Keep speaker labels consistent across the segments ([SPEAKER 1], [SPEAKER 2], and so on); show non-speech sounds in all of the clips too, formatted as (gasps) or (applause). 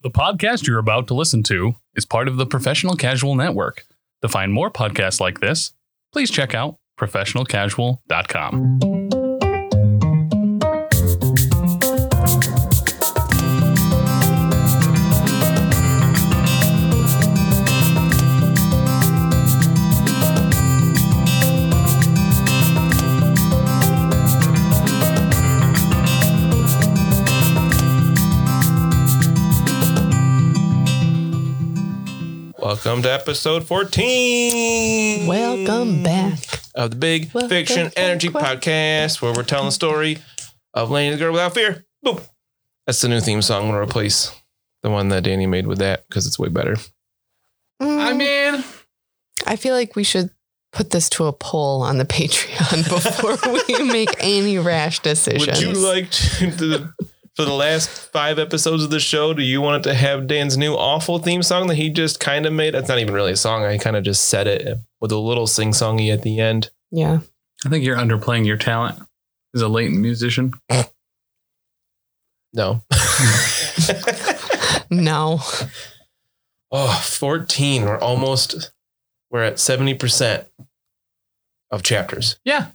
[SPEAKER 1] The podcast you're about to listen to is part of the Professional Casual Network. To find more podcasts like this, please check out professionalcasual.com.
[SPEAKER 2] Welcome to episode 14.
[SPEAKER 3] Welcome back.
[SPEAKER 2] Of the Big
[SPEAKER 3] Welcome
[SPEAKER 2] Fiction
[SPEAKER 3] back.
[SPEAKER 2] Energy Podcast, where we're telling the story of Lane the Girl Without Fear. Boom. That's the new theme song. I'm going to replace the one that Danny made with that because it's way better.
[SPEAKER 3] I mean,
[SPEAKER 2] mean,
[SPEAKER 3] Mm. I feel like we should put this to a poll on the (laughs)
[SPEAKER 2] (laughs)
[SPEAKER 3] Patreon before we make any rash
[SPEAKER 2] would
[SPEAKER 3] decisions.
[SPEAKER 2] you like to, to- for the last five episodes of the show, do you want it to have Dan's new awful theme song that he just kind of made? That's not even really a song. I kind of just said it with a little sing songy at the end.
[SPEAKER 3] yeah.
[SPEAKER 1] I think you're underplaying your talent as a latent musician.
[SPEAKER 3] (laughs)
[SPEAKER 2] No. (laughs)
[SPEAKER 3] No.
[SPEAKER 2] Oh, 14. We're almost we're at 70% of chapters.
[SPEAKER 1] Yeah.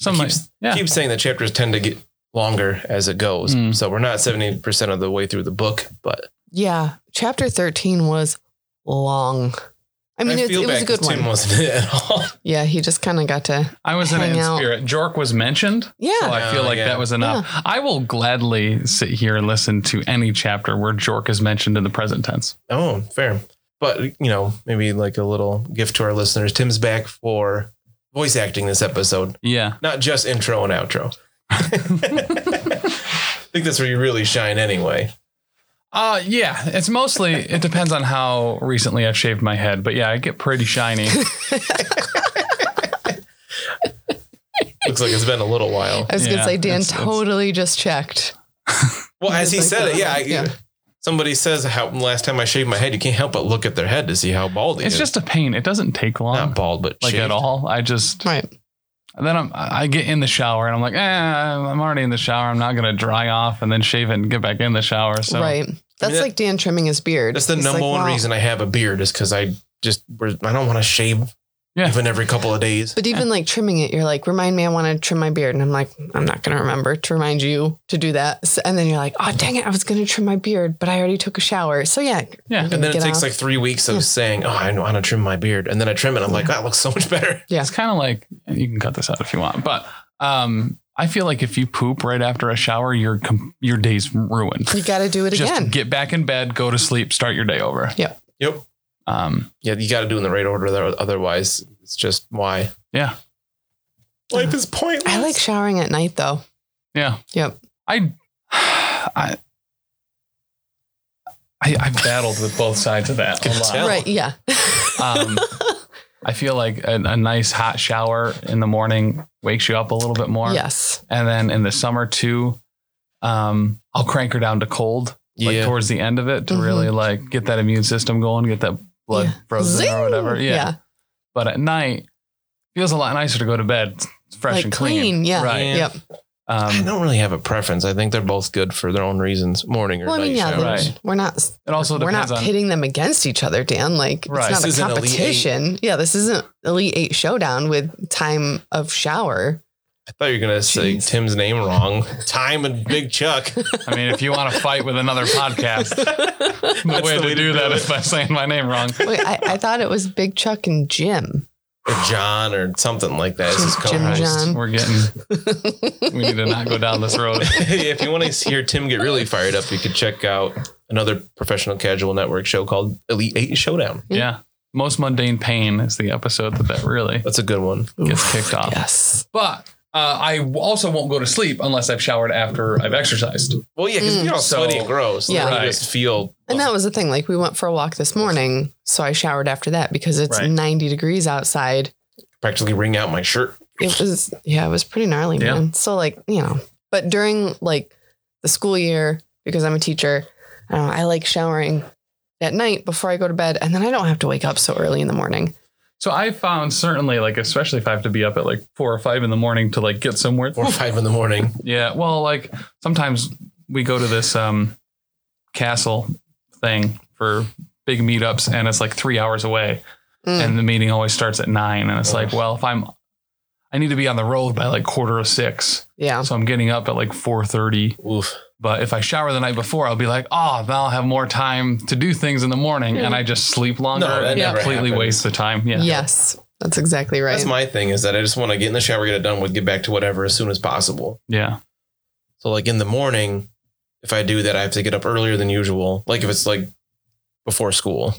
[SPEAKER 1] Some
[SPEAKER 2] It
[SPEAKER 1] might-
[SPEAKER 2] keeps-
[SPEAKER 1] yeah.
[SPEAKER 2] Keep saying that chapters tend to get longer as it goes.
[SPEAKER 1] Mm.
[SPEAKER 2] So we're not 70% of the way through the book, but
[SPEAKER 3] Yeah. Chapter 13 was long. I mean, it, it was a good
[SPEAKER 2] 'cause
[SPEAKER 3] one.
[SPEAKER 2] Tim wasn't (laughs) in it at all.
[SPEAKER 3] yeah. He just kind of got to.
[SPEAKER 1] I was in it
[SPEAKER 3] Hang
[SPEAKER 1] in
[SPEAKER 3] out.
[SPEAKER 1] spirit. Jork was mentioned. So
[SPEAKER 3] Yeah.
[SPEAKER 1] I feel
[SPEAKER 2] Oh,
[SPEAKER 1] like
[SPEAKER 2] yeah.
[SPEAKER 1] that was enough. I will gladly sit here and listen to any chapter where Jork is mentioned in the present tense.
[SPEAKER 2] Oh, fair. But, you know, maybe like a little gift to our listeners. Tim's back for voice acting this episode,
[SPEAKER 1] Yeah.
[SPEAKER 2] not just intro and outro. (laughs) I think that's where you really shine anyway.
[SPEAKER 1] Uh yeah, it's mostly it depends on how recently I've shaved my head, but yeah, I get pretty shiny.
[SPEAKER 2] Looks like it's been a little while.
[SPEAKER 3] I was going
[SPEAKER 1] Yeah,
[SPEAKER 3] to say, Dan
[SPEAKER 1] it's- it's-
[SPEAKER 3] totally just checked.
[SPEAKER 2] Well, as he
[SPEAKER 3] Just like
[SPEAKER 2] said it,
[SPEAKER 3] that.
[SPEAKER 2] yeah. I,
[SPEAKER 3] Yeah.
[SPEAKER 2] Somebody says how last time I shaved my head, you can't help but look at their head to see how bald he
[SPEAKER 1] It's
[SPEAKER 2] is.
[SPEAKER 1] just a pain. It doesn't take long.
[SPEAKER 2] not bald, but
[SPEAKER 1] like
[SPEAKER 2] shaved.
[SPEAKER 1] at all. I just
[SPEAKER 3] Right.
[SPEAKER 1] and then I'm I get in the shower and I'm like, eh, I'm already in the shower. I'm not gonna dry off and then shave it and get back in the shower. So
[SPEAKER 3] right. That's
[SPEAKER 2] that-
[SPEAKER 3] like Dan trimming his beard.
[SPEAKER 2] That's the
[SPEAKER 3] He's
[SPEAKER 2] number
[SPEAKER 3] like,
[SPEAKER 2] one
[SPEAKER 3] "Wow."
[SPEAKER 2] reason I have a beard is because I just we're- I don't want to shave
[SPEAKER 1] Yeah.
[SPEAKER 2] even every couple of days.
[SPEAKER 3] But even like trimming it, you're like, remind me, I want to trim my beard. And I'm like, I'm not going to remember to remind you to do that. S- and then you're like, oh, dang it, I was going to trim my beard, but I already took a shower. So yeah.
[SPEAKER 1] Yeah.
[SPEAKER 3] you're
[SPEAKER 2] And
[SPEAKER 3] gonna
[SPEAKER 2] then it
[SPEAKER 3] get
[SPEAKER 2] takes
[SPEAKER 3] off.
[SPEAKER 2] like three weeks of saying, "Oh, I want to trim my beard," and then I trim it. I'm like, "That looks so much better." (laughs)
[SPEAKER 3] yeah.
[SPEAKER 1] it's kind of like you can cut this out if you want, but um, I feel like if you poop right after a shower, your com- your day's ruined.
[SPEAKER 3] You got to do it
[SPEAKER 1] Just
[SPEAKER 3] again.
[SPEAKER 1] get back in bed, go to sleep, start your day over.
[SPEAKER 2] Yep.
[SPEAKER 1] Um,
[SPEAKER 2] Yeah, you got to do it in the right order. though, Otherwise, it's just why
[SPEAKER 1] yeah,
[SPEAKER 2] life is pointless.
[SPEAKER 3] I like showering at night though.
[SPEAKER 1] yeah,
[SPEAKER 3] Yep.
[SPEAKER 1] I, (sighs) I, I, I battled with both sides of
[SPEAKER 3] (laughs)
[SPEAKER 1] that a
[SPEAKER 2] Good
[SPEAKER 1] lot.
[SPEAKER 2] tell. Oh.
[SPEAKER 3] Right. Yeah.
[SPEAKER 1] Um, I feel like a, a nice hot shower in the morning wakes you up a little bit more.
[SPEAKER 3] yes.
[SPEAKER 1] And then in the summer too, um, I'll crank her down to cold, like
[SPEAKER 2] yeah.
[SPEAKER 1] towards the end of it to
[SPEAKER 3] Mhm.
[SPEAKER 1] really like get that immune system going, get that blood
[SPEAKER 3] Yeah.
[SPEAKER 1] frozen
[SPEAKER 3] Zing!
[SPEAKER 1] or whatever. Yeah.
[SPEAKER 3] Yeah.
[SPEAKER 1] But at night, feels a lot nicer to go to bed. It's fresh
[SPEAKER 3] Like
[SPEAKER 1] and clean.
[SPEAKER 3] clean, yeah.
[SPEAKER 1] Right.
[SPEAKER 2] Yeah.
[SPEAKER 3] Yep.
[SPEAKER 2] I
[SPEAKER 1] Um,
[SPEAKER 2] don't really have a preference. I think they're both good for their own reasons. Morning or
[SPEAKER 3] Well, I
[SPEAKER 2] night.
[SPEAKER 3] mean, yeah,
[SPEAKER 2] showers.
[SPEAKER 1] Right.
[SPEAKER 3] there's- we're not
[SPEAKER 1] it also
[SPEAKER 3] we're
[SPEAKER 1] depends
[SPEAKER 3] not
[SPEAKER 1] on
[SPEAKER 3] pitting them against each other, Dan. Like
[SPEAKER 1] Right.
[SPEAKER 3] it's not
[SPEAKER 2] This
[SPEAKER 3] a
[SPEAKER 2] isn't Elite Eight.
[SPEAKER 3] competition. Yeah, this isn't Elite Eight showdown with time of shower.
[SPEAKER 1] (laughs)
[SPEAKER 3] (laughs)
[SPEAKER 2] I thought you were gonna say
[SPEAKER 3] Jeez.
[SPEAKER 2] Tim's name wrong. Time and Big
[SPEAKER 3] (laughs)
[SPEAKER 2] Chuck.
[SPEAKER 1] I mean, if you want to fight with another podcast,
[SPEAKER 2] That's
[SPEAKER 1] the way to do that
[SPEAKER 2] it.
[SPEAKER 1] is by saying my name wrong.
[SPEAKER 3] Wait, I, I thought it was Big Chuck and Jim.
[SPEAKER 2] Or John or something like that. Is his
[SPEAKER 3] Jim
[SPEAKER 2] co-host.
[SPEAKER 3] John.
[SPEAKER 1] We're getting. we need to not go down this road.
[SPEAKER 2] (laughs) if you want to hear Tim get really fired up, you could check out another professional casual network show called Elite Eight Showdown.
[SPEAKER 1] Yeah. Most mundane pain is the episode that that really
[SPEAKER 2] That's a good one.
[SPEAKER 1] gets kicked off.
[SPEAKER 3] Yes.
[SPEAKER 1] But uh, I w- also won't go to sleep unless I've showered after I've exercised.
[SPEAKER 2] Well, yeah, because
[SPEAKER 3] Mm.
[SPEAKER 2] you're all
[SPEAKER 1] So-
[SPEAKER 2] sweaty and gross.
[SPEAKER 3] Yeah.
[SPEAKER 2] Yeah,
[SPEAKER 1] Right.
[SPEAKER 2] you just feel.
[SPEAKER 3] And that was the thing. Like we went for a walk this morning, so I showered after that because it's
[SPEAKER 1] Right.
[SPEAKER 3] 90 degrees outside.
[SPEAKER 2] practically wring out my shirt.
[SPEAKER 3] It was yeah, it was pretty gnarly,
[SPEAKER 1] Yeah.
[SPEAKER 3] man. So like, you know, but during like the school year because I'm a teacher, I, don't know, I like showering at night before I go to bed and then I don't have to wake up so early in the morning.
[SPEAKER 1] So I found certainly like especially if I have to be up at like four or five in the morning to like get somewhere.
[SPEAKER 2] Four or five in the morning.
[SPEAKER 1] Yeah. Well, like sometimes we go to this um castle thing for big meetups, and it's like three hours away,
[SPEAKER 3] Mm.
[SPEAKER 1] and the meeting always starts at nine, and it's like,
[SPEAKER 2] Ugh.
[SPEAKER 1] well, if I'm, I need to be on the road by like quarter of six,
[SPEAKER 3] yeah.
[SPEAKER 1] so I'm getting up at like four thirty.
[SPEAKER 2] Oof.
[SPEAKER 1] But if I shower the night before, I'll be like, oh, now I'll have more time to do things in the morning, and I just sleep longer
[SPEAKER 2] that
[SPEAKER 1] and
[SPEAKER 2] never
[SPEAKER 1] completely
[SPEAKER 2] happens.
[SPEAKER 1] waste the time. Hmm. Yeah.
[SPEAKER 3] Yes. That's exactly right.
[SPEAKER 2] That's my thing is that I just want to get in the shower, get it done with, get back to whatever as soon as possible.
[SPEAKER 1] yeah.
[SPEAKER 2] So like in the morning, if I do that, I have to get up earlier than usual. Like if it's like before school,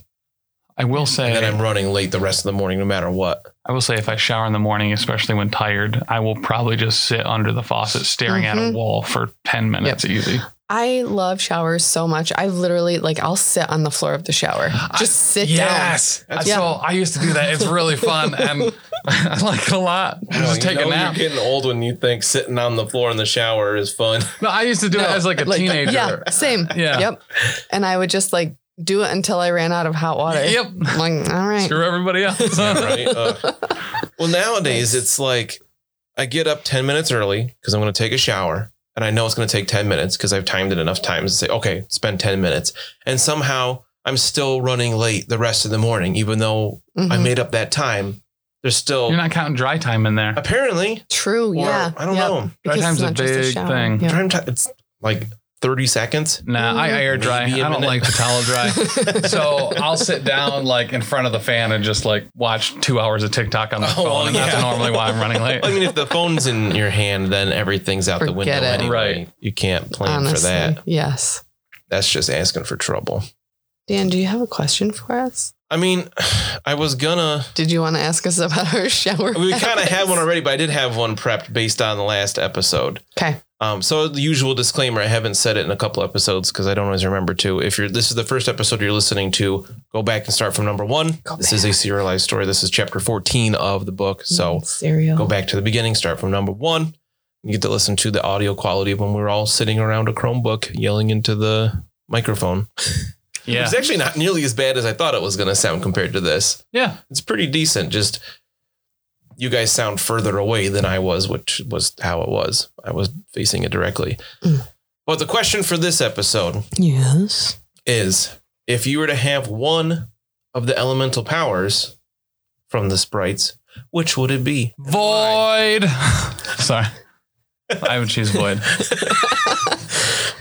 [SPEAKER 1] I will say
[SPEAKER 2] and then I'm running late the rest of the morning, no matter what.
[SPEAKER 1] I will say if I shower in the morning, especially when tired, I will probably just sit under the faucet staring at
[SPEAKER 3] Mhm.
[SPEAKER 1] a wall for 10 minutes easy.
[SPEAKER 3] I love showers so much. I literally like I'll sit on the floor of
[SPEAKER 1] (gasps)
[SPEAKER 3] the shower. Just sit
[SPEAKER 2] That's
[SPEAKER 1] So I used to do that. It's really fun (laughs) and I like it a lot.
[SPEAKER 2] I know,
[SPEAKER 1] just
[SPEAKER 2] you
[SPEAKER 1] take
[SPEAKER 2] know
[SPEAKER 1] a nap.
[SPEAKER 2] You're getting old when you think sitting on the floor in the shower is fun.
[SPEAKER 1] (laughs) No, I used to do it as like a teenager.
[SPEAKER 3] down.
[SPEAKER 1] Yeah.
[SPEAKER 3] Yeah, same.
[SPEAKER 1] (laughs) Yeah.
[SPEAKER 3] Yep. And I would just like do it until I ran out of hot water.
[SPEAKER 1] Yep.
[SPEAKER 3] I'm like, all right.
[SPEAKER 1] Screw everybody else.
[SPEAKER 2] (laughs) right? Ugh. Uh, well, nowadays it's like I get up 10 minutes early because I'm going to take a shower. And I know it's going to take 10 minutes because I've timed it enough times to say, okay, spend 10 minutes. And somehow I'm still running late the rest of the morning, even though I
[SPEAKER 3] Mhm.
[SPEAKER 2] made up that time. There's
[SPEAKER 1] (laughs)
[SPEAKER 2] still
[SPEAKER 1] Mm-hmm. You're not counting dry time in there.
[SPEAKER 2] apparently,
[SPEAKER 3] True.
[SPEAKER 2] or
[SPEAKER 3] yeah.
[SPEAKER 2] I don't
[SPEAKER 3] Yep.
[SPEAKER 2] know.
[SPEAKER 1] Dry time's
[SPEAKER 3] it's
[SPEAKER 1] a
[SPEAKER 3] not just
[SPEAKER 1] big
[SPEAKER 3] shower.
[SPEAKER 1] thing.
[SPEAKER 3] Yep.
[SPEAKER 2] Try and t- It's like 30 seconds.
[SPEAKER 1] Nah, I air dry. I
[SPEAKER 2] Maybe a
[SPEAKER 1] don't
[SPEAKER 2] minute.
[SPEAKER 1] like to towel dry. (laughs)
[SPEAKER 2] (laughs)
[SPEAKER 1] so I'll sit down like in front of the fan and just like watch two hours of TikTok on the
[SPEAKER 2] Oh,
[SPEAKER 1] phone. And
[SPEAKER 2] yeah.
[SPEAKER 1] That's normally why I'm running
[SPEAKER 2] (laughs)
[SPEAKER 1] late.
[SPEAKER 2] I mean, if the phone's in your hand, then everything's out the window.
[SPEAKER 3] Forget it.
[SPEAKER 2] Anyway.
[SPEAKER 1] Right.
[SPEAKER 2] You can't plan
[SPEAKER 3] Honestly.
[SPEAKER 2] for that.
[SPEAKER 3] Yes.
[SPEAKER 2] That's just asking for trouble.
[SPEAKER 3] Dan, do you have a question for us?
[SPEAKER 2] I mean, (sighs) I was gonna.
[SPEAKER 3] Did you want to ask us about our shower?
[SPEAKER 2] We kind
[SPEAKER 3] (laughs)
[SPEAKER 2] of had
[SPEAKER 3] habits?
[SPEAKER 2] one already, but I did have one prepped based on the last episode.
[SPEAKER 3] Okay.
[SPEAKER 2] Um, so the usual disclaimer: I haven't said it in a couple episodes because I don't always remember to. If you're this is the first episode you're listening to, go back and start from number one.
[SPEAKER 3] Go
[SPEAKER 2] this is a serialized story. This is chapter 14 of the book. So
[SPEAKER 3] cereal.
[SPEAKER 2] go back to the beginning, start from number one. You get to listen to the audio quality of when we were all sitting around a Chromebook yelling into the microphone.
[SPEAKER 1] yeah.
[SPEAKER 2] It's actually not nearly as bad as I thought it was going to sound compared to this.
[SPEAKER 1] Yeah.
[SPEAKER 2] it's pretty decent. Just you guys sound further away than I was, which was how it was. I was facing it directly.
[SPEAKER 3] Mm.
[SPEAKER 2] But the question for this episode
[SPEAKER 3] Yes.
[SPEAKER 2] is if you were to have one of the elemental powers from the sprites, which would it be?
[SPEAKER 1] Void. (laughs) Sorry. I would choose void.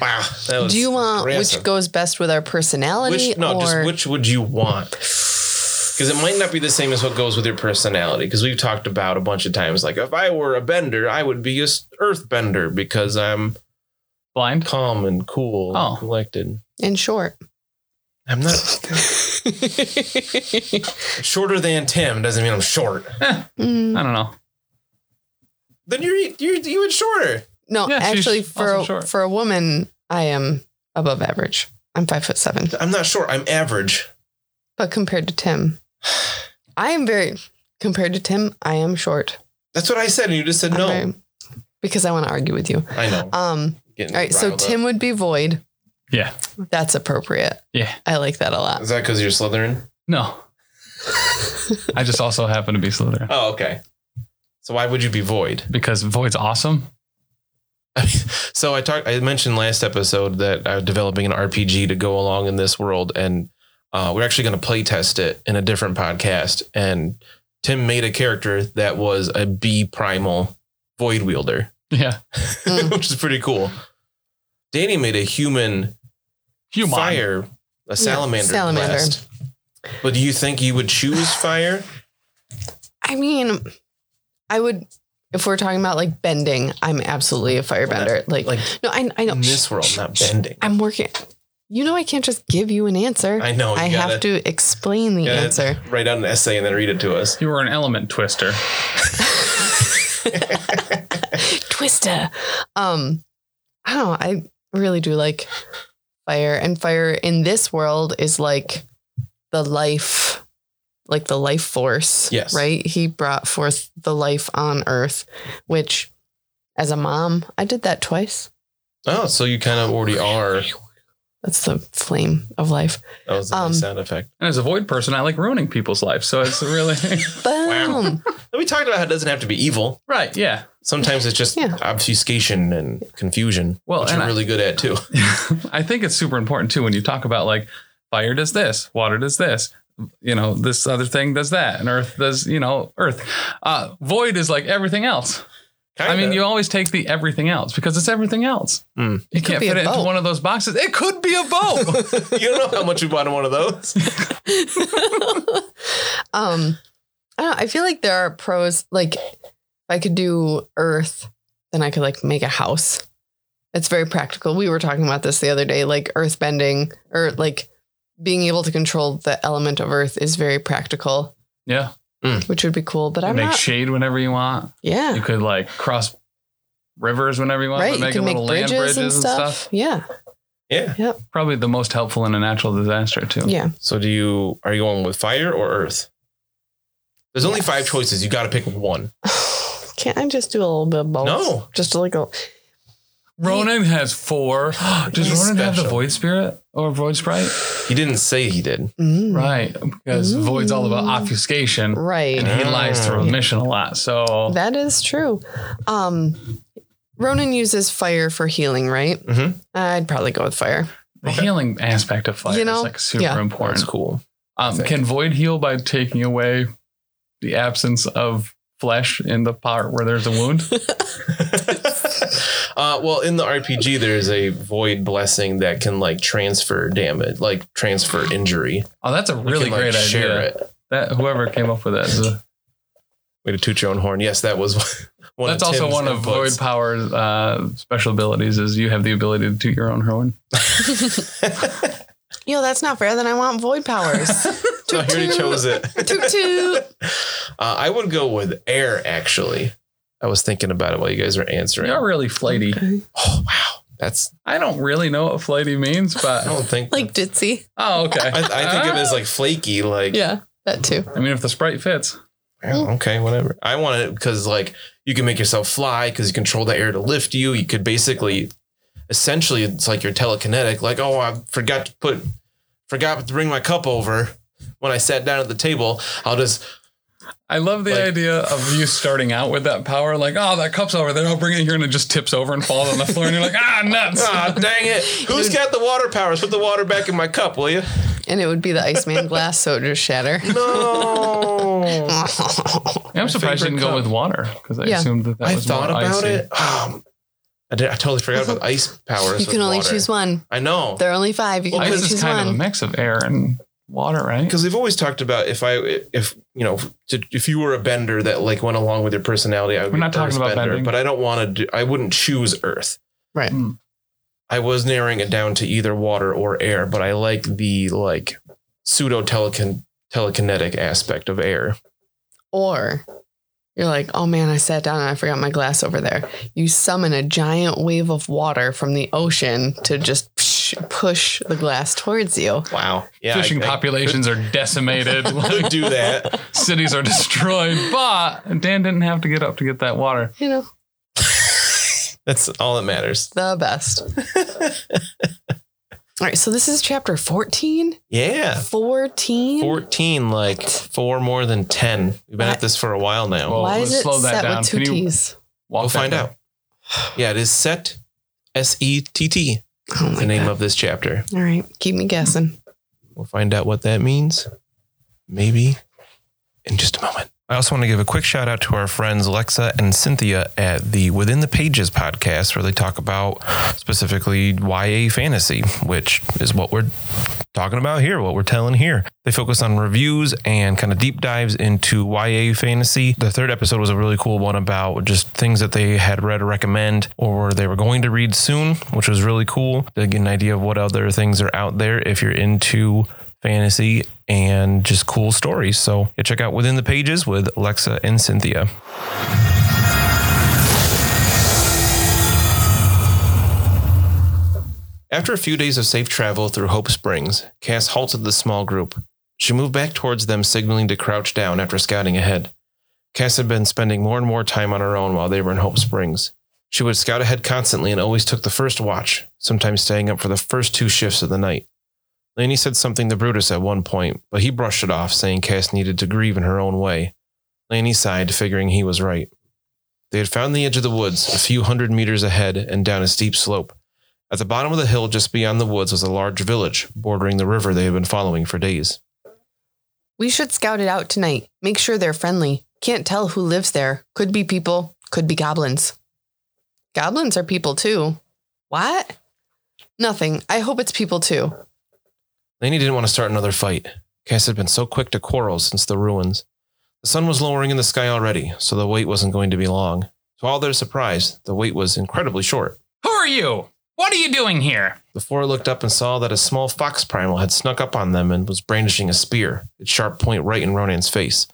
[SPEAKER 2] Wow. That was
[SPEAKER 3] Do you want
[SPEAKER 2] aggressive.
[SPEAKER 3] which goes best with our personality?
[SPEAKER 2] Which- no,
[SPEAKER 3] or
[SPEAKER 2] just which would you want? Because it might not be the same as what goes with your personality. Because we've talked about a bunch of times, like if I were a bender, I would be a s- earth bender because I'm
[SPEAKER 1] Blind.
[SPEAKER 2] calm and cool,
[SPEAKER 1] Oh.
[SPEAKER 2] and collected.
[SPEAKER 3] in short.
[SPEAKER 2] I'm not (laughs)
[SPEAKER 3] (laughs)
[SPEAKER 2] shorter than Tim. Doesn't mean I'm short. (laughs)
[SPEAKER 3] Mm.
[SPEAKER 1] I don't know.
[SPEAKER 2] Then you're you're even shorter.
[SPEAKER 3] No,
[SPEAKER 1] Yeah, she's
[SPEAKER 3] actually, for
[SPEAKER 1] also
[SPEAKER 3] a,
[SPEAKER 1] short.
[SPEAKER 3] for a woman, I am above average. I'm five foot seven,
[SPEAKER 2] I'm not short. I'm average.
[SPEAKER 3] but compared to Tim, I am very compared to Tim. I am short.
[SPEAKER 2] That's what I said, and you just said
[SPEAKER 3] I'm
[SPEAKER 2] no.
[SPEAKER 3] very- because I want to argue with you.
[SPEAKER 2] I know.
[SPEAKER 3] Um.
[SPEAKER 2] Getting
[SPEAKER 3] All right. So
[SPEAKER 2] riled up.
[SPEAKER 3] Tim would be void.
[SPEAKER 1] Yeah.
[SPEAKER 3] That's appropriate.
[SPEAKER 1] Yeah.
[SPEAKER 3] I like that a lot.
[SPEAKER 2] is that because you're Slytherin?
[SPEAKER 1] No. I just also happen to be Slytherin
[SPEAKER 2] Oh, okay. So why would you be void?
[SPEAKER 1] because void's awesome.
[SPEAKER 2] So I talked. I mentioned last episode that I was developing an RPG to go along in this world, and uh, we're actually going to play test it in a different podcast. And Tim made a character that was a B primal void wielder.
[SPEAKER 1] Yeah.
[SPEAKER 3] Mm.
[SPEAKER 2] (laughs) which is pretty cool. Danny made a human
[SPEAKER 1] Human.
[SPEAKER 2] fire, a salamander,
[SPEAKER 3] salamander.
[SPEAKER 2] blast. But do you think you would choose fire?
[SPEAKER 3] I mean, I would. If we're talking about like bending, I'm absolutely a firebender. Like,
[SPEAKER 2] Like
[SPEAKER 3] no, I, I know.
[SPEAKER 2] in this world, not bending.
[SPEAKER 3] I'm working. You know, I can't just give you an answer.
[SPEAKER 2] I know.
[SPEAKER 3] I have
[SPEAKER 2] gotta-
[SPEAKER 3] to explain the
[SPEAKER 2] gotta
[SPEAKER 3] answer.
[SPEAKER 2] Write out an essay and then read it to us.
[SPEAKER 1] You were an element twister.
[SPEAKER 3] Twister. Um, I don't know. I really do like fire, and fire in this world is like the life, like the life force.
[SPEAKER 2] Yes.
[SPEAKER 3] Right. He brought forth the life on Earth, which, as a mom, I did that twice.
[SPEAKER 2] Oh, so you kind of already are.
[SPEAKER 3] That's the flame of life.
[SPEAKER 2] That was the nice
[SPEAKER 3] Um,
[SPEAKER 2] sound effect.
[SPEAKER 1] And as a void person, I like ruining people's lives. So it's really. (laughs)
[SPEAKER 3] Boom.
[SPEAKER 2] And we talked about how it doesn't have to be evil.
[SPEAKER 1] right. Yeah.
[SPEAKER 2] Sometimes it's just
[SPEAKER 3] Yeah.
[SPEAKER 2] obfuscation and confusion,
[SPEAKER 1] Well,
[SPEAKER 2] which
[SPEAKER 1] and
[SPEAKER 2] you're
[SPEAKER 1] I- (laughs)
[SPEAKER 2] really good at too.
[SPEAKER 1] I think it's super important too when you talk about like fire does this, water does this, you know, this other thing does that, and earth does, you know, earth. Uh, void is like everything else. I
[SPEAKER 2] (laughs)
[SPEAKER 1] mean, you always take the everything else because it's everything else.
[SPEAKER 2] Hmm.
[SPEAKER 1] You can't
[SPEAKER 3] be
[SPEAKER 1] fit
[SPEAKER 3] a
[SPEAKER 1] it into
[SPEAKER 3] boat.
[SPEAKER 1] one of those boxes. It could be a
[SPEAKER 3] (laughs)
[SPEAKER 1] boat.
[SPEAKER 2] you don't know how much you bought one of those.
[SPEAKER 3] (laughs) um, I don't. know, I feel like there are pros. Like, if I could do Earth, then I could like make a house. It's very practical. We were talking about this the other day. Like Earth bending, or like being able to control the element of Earth is very practical,
[SPEAKER 1] yeah,
[SPEAKER 3] which would be cool. But I'm
[SPEAKER 1] make
[SPEAKER 3] not.
[SPEAKER 1] shade whenever you want.
[SPEAKER 3] yeah,
[SPEAKER 1] You could like cross rivers whenever you want.
[SPEAKER 3] right.
[SPEAKER 1] but
[SPEAKER 3] You
[SPEAKER 1] Make
[SPEAKER 3] can
[SPEAKER 1] a
[SPEAKER 3] make
[SPEAKER 1] little
[SPEAKER 3] bridges,
[SPEAKER 1] land bridges
[SPEAKER 3] and, stuff. Yeah,
[SPEAKER 2] Yeah.
[SPEAKER 1] Probably the most helpful in a natural disaster too.
[SPEAKER 3] yeah. (sighs)
[SPEAKER 2] So do you are you going with fire or earth? There's only
[SPEAKER 3] Yes.
[SPEAKER 2] five choices. You got to pick one.
[SPEAKER 3] Can't I just do a little bit of both?
[SPEAKER 2] No.
[SPEAKER 3] just like a
[SPEAKER 1] Ronan has four. (gasps) Does
[SPEAKER 2] He's
[SPEAKER 1] Ronan have the
[SPEAKER 2] special.
[SPEAKER 1] void spirit or void sprite?
[SPEAKER 2] He didn't say he did.
[SPEAKER 3] mm,
[SPEAKER 1] Right, because void's all about
[SPEAKER 3] Ooh.
[SPEAKER 1] obfuscation,
[SPEAKER 3] right.
[SPEAKER 1] and he lies through omission a lot. So
[SPEAKER 3] That is true. Um, Ronan uses fire for healing, right?
[SPEAKER 1] Mm-hmm.
[SPEAKER 2] Mhm.
[SPEAKER 3] I'd probably go with fire.
[SPEAKER 1] the healing aspect of fire
[SPEAKER 3] You know,
[SPEAKER 1] is like super
[SPEAKER 3] yeah.
[SPEAKER 1] important.
[SPEAKER 2] That's cool. (laughs)
[SPEAKER 1] Um,
[SPEAKER 2] think.
[SPEAKER 1] can void heal by taking away the absence of flesh in the part where there's a
[SPEAKER 3] (laughs)
[SPEAKER 1] wound?
[SPEAKER 2] uh, well, in the RPG, there's a void blessing that can like transfer damage, like transfer injury.
[SPEAKER 1] Oh, that's a
[SPEAKER 2] We
[SPEAKER 1] really
[SPEAKER 2] can, like,
[SPEAKER 1] great
[SPEAKER 2] share
[SPEAKER 1] idea.
[SPEAKER 2] It.
[SPEAKER 1] That whoever came up with that, is a-
[SPEAKER 2] Way to toot your own horn. Yes, that was (laughs) one.
[SPEAKER 1] that's also
[SPEAKER 2] Tim's
[SPEAKER 1] one of
[SPEAKER 2] inputs.
[SPEAKER 1] Void Power's uh, special abilities. Is you have the ability to toot your own horn.
[SPEAKER 3] Yo, that's not fair. Then I want
[SPEAKER 1] (laughs)
[SPEAKER 3] void (laughs) powers.
[SPEAKER 2] No, I already
[SPEAKER 3] Toot,
[SPEAKER 2] chose it.
[SPEAKER 3] toot toot.
[SPEAKER 2] (laughs) Uh, I would go with air. Actually, I was thinking about it while you guys were answering.
[SPEAKER 1] You're really flighty.
[SPEAKER 2] Oh wow, that's
[SPEAKER 1] I don't really know what flighty means,
[SPEAKER 2] I
[SPEAKER 1] but
[SPEAKER 3] (laughs)
[SPEAKER 2] don't think
[SPEAKER 3] Like ditzy.
[SPEAKER 1] oh, okay.
[SPEAKER 2] I, I think of it as like flaky. Like
[SPEAKER 3] Yeah, that too.
[SPEAKER 1] I mean, if the sprite fits,
[SPEAKER 2] Oh, okay, whatever. I want it because like you can make yourself fly because you control the air to lift you. You could basically, essentially, it's like you're telekinetic. Like, oh, I forgot to put, forgot to bring my cup over when I sat down at the table. I'll just
[SPEAKER 1] I love the
[SPEAKER 2] Like-
[SPEAKER 1] idea of
[SPEAKER 2] (laughs)
[SPEAKER 1] you starting out with that power. Like, oh, that cup's over there. I'll bring it here, and it just tips over and falls on the floor, and you're like, ah, nuts.
[SPEAKER 2] (laughs) ah, dang it. Who's got the water powers? Put the water back in my cup, will you?
[SPEAKER 3] And it would be the Iceman glass, so it would just shatter. (laughs)
[SPEAKER 2] (laughs) No.
[SPEAKER 1] Yeah, (laughs) I'm surprised you
[SPEAKER 2] favorite
[SPEAKER 1] didn't go
[SPEAKER 2] cup.
[SPEAKER 1] with water because I
[SPEAKER 3] Yeah.
[SPEAKER 1] assumed that that
[SPEAKER 2] I
[SPEAKER 1] was
[SPEAKER 2] thought
[SPEAKER 1] more
[SPEAKER 2] about
[SPEAKER 1] icy.
[SPEAKER 2] it. Um, I did. I totally forgot
[SPEAKER 3] (laughs)
[SPEAKER 2] about ice powers.
[SPEAKER 3] you can only choose one.
[SPEAKER 2] I know.
[SPEAKER 3] There are only five. You can
[SPEAKER 2] Well,
[SPEAKER 3] only
[SPEAKER 1] Ice is
[SPEAKER 3] choose
[SPEAKER 1] kind of a
[SPEAKER 3] one.
[SPEAKER 1] mix of air and water, right?
[SPEAKER 2] because we've always talked about if I if you know to, if you were a bender that like went along with your personality, I would
[SPEAKER 1] We're
[SPEAKER 2] be
[SPEAKER 1] not talking
[SPEAKER 2] Earth
[SPEAKER 1] about bending.
[SPEAKER 2] but I don't want to. do I wouldn't choose Earth.
[SPEAKER 3] Right.
[SPEAKER 1] Hmm.
[SPEAKER 2] I was narrowing it down to either water or air, but I like the like pseudo telekin telekinetic aspect of air.
[SPEAKER 3] Or you're like, oh man, I sat down and I forgot my glass over there. You summon a giant wave of water from the ocean to just psh, push the glass towards you.
[SPEAKER 2] Wow. Yeah.
[SPEAKER 1] Fishing
[SPEAKER 2] I, I
[SPEAKER 1] populations are decimated, (laughs)
[SPEAKER 2] (laughs) could
[SPEAKER 1] like,
[SPEAKER 2] do that.
[SPEAKER 1] cities are destroyed, but Dan didn't have to get up to get that water.
[SPEAKER 3] You know,
[SPEAKER 2] That's all that matters.
[SPEAKER 3] the best. (laughs) All right, so this is chapter 14.
[SPEAKER 2] Yeah.
[SPEAKER 3] 14?
[SPEAKER 2] 14, like four more than 10. We've been at this for a while now.
[SPEAKER 1] Well,
[SPEAKER 3] Why
[SPEAKER 1] oh, let's
[SPEAKER 3] is it
[SPEAKER 1] slow that
[SPEAKER 3] set
[SPEAKER 1] down.
[SPEAKER 3] with two
[SPEAKER 1] Can you-
[SPEAKER 3] T's?
[SPEAKER 1] Walk
[SPEAKER 2] we'll
[SPEAKER 1] that
[SPEAKER 2] find
[SPEAKER 1] way.
[SPEAKER 2] out. Yeah, it is set S E T T.
[SPEAKER 3] Oh
[SPEAKER 2] the
[SPEAKER 3] my
[SPEAKER 2] name
[SPEAKER 3] God.
[SPEAKER 2] of this chapter.
[SPEAKER 3] All right, keep me guessing.
[SPEAKER 2] We'll find out what that means, maybe in just a moment. I also want to give a quick shout out to our friends Lexa and Cynthia at the Within the Pages podcast, where they talk about specifically YA fantasy, which is what we're talking about here, what we're telling here. They focus on reviews and kind of deep dives into YA fantasy. The third episode was a really cool one about just things that they had read or recommend or they were going to read soon, which was really cool to get an idea of what other things are out there if you're into fantasy and just cool stories. So yeah, check out Within the Pages with Lexa and Cynthia. After a few days of safe travel through Hope Springs, Cass halted the small group. She moved back towards them, signaling to crouch down after scouting ahead. Cass had been spending more and more time on her own while they were in Hope Springs. She would scout ahead constantly and always took the first watch, sometimes staying up for the first two shifts of the night. Laney said something to Brutus at one point, but he brushed it off, saying Cass needed to grieve in her own way. Laney sighed, figuring he was right. They had found the edge of the woods, a few hundred meters ahead and down a steep slope. At the bottom of the hill, just beyond the woods, was a large village bordering the river they had been following for days.
[SPEAKER 3] We should scout it out tonight. Make sure they're friendly. Can't tell who lives there. Could be people, could be goblins. Goblins are people too. What? Nothing. I hope it's people too. (laughs)
[SPEAKER 2] Lainey didn't want to start another fight. Cass had been so quick to quarrels since the ruins. The sun was lowering in the sky already, so the wait wasn't going to be long. To all their surprise, the wait was incredibly short.
[SPEAKER 1] Who are you? What are you doing here?
[SPEAKER 2] The four looked up and saw that a small fox primal had snuck up on them and was brandishing a spear, its sharp point right in Ronan's face.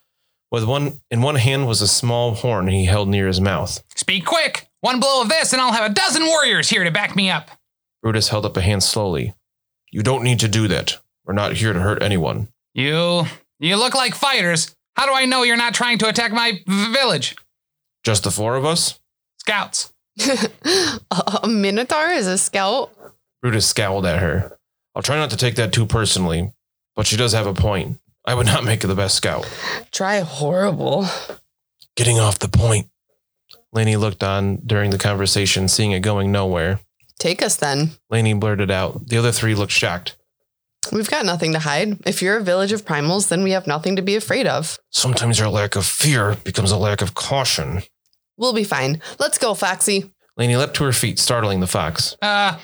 [SPEAKER 2] With one in one hand was a small horn he held near his mouth.
[SPEAKER 1] Speak quick! One blow of this, and I'll have a dozen warriors here to back me up.
[SPEAKER 2] Brutus held up a hand slowly. You don't need to do that. We're not here to hurt anyone.
[SPEAKER 1] You. You look like fighters. How do I know you're not trying to attack my v- village?
[SPEAKER 2] Just the four of us?
[SPEAKER 1] Scouts.
[SPEAKER 3] a minotaur is a scout.
[SPEAKER 2] Brutus scowled at her. I'll try not to take that too personally, but she does have a point. I would not (laughs) make her the best scout.
[SPEAKER 3] Try horrible.
[SPEAKER 2] Getting off the point. Laney looked on during the conversation, seeing it going nowhere.
[SPEAKER 3] Take us then.
[SPEAKER 2] Laney blurted out. The other three looked shocked.
[SPEAKER 3] We've got nothing to hide. If you're a village of primals, then we have nothing to be afraid of.
[SPEAKER 2] Sometimes your lack of fear becomes a lack of caution.
[SPEAKER 3] We'll be fine. Let's go, Foxy.
[SPEAKER 2] Laney leapt to her feet, startling the fox.
[SPEAKER 1] Uh,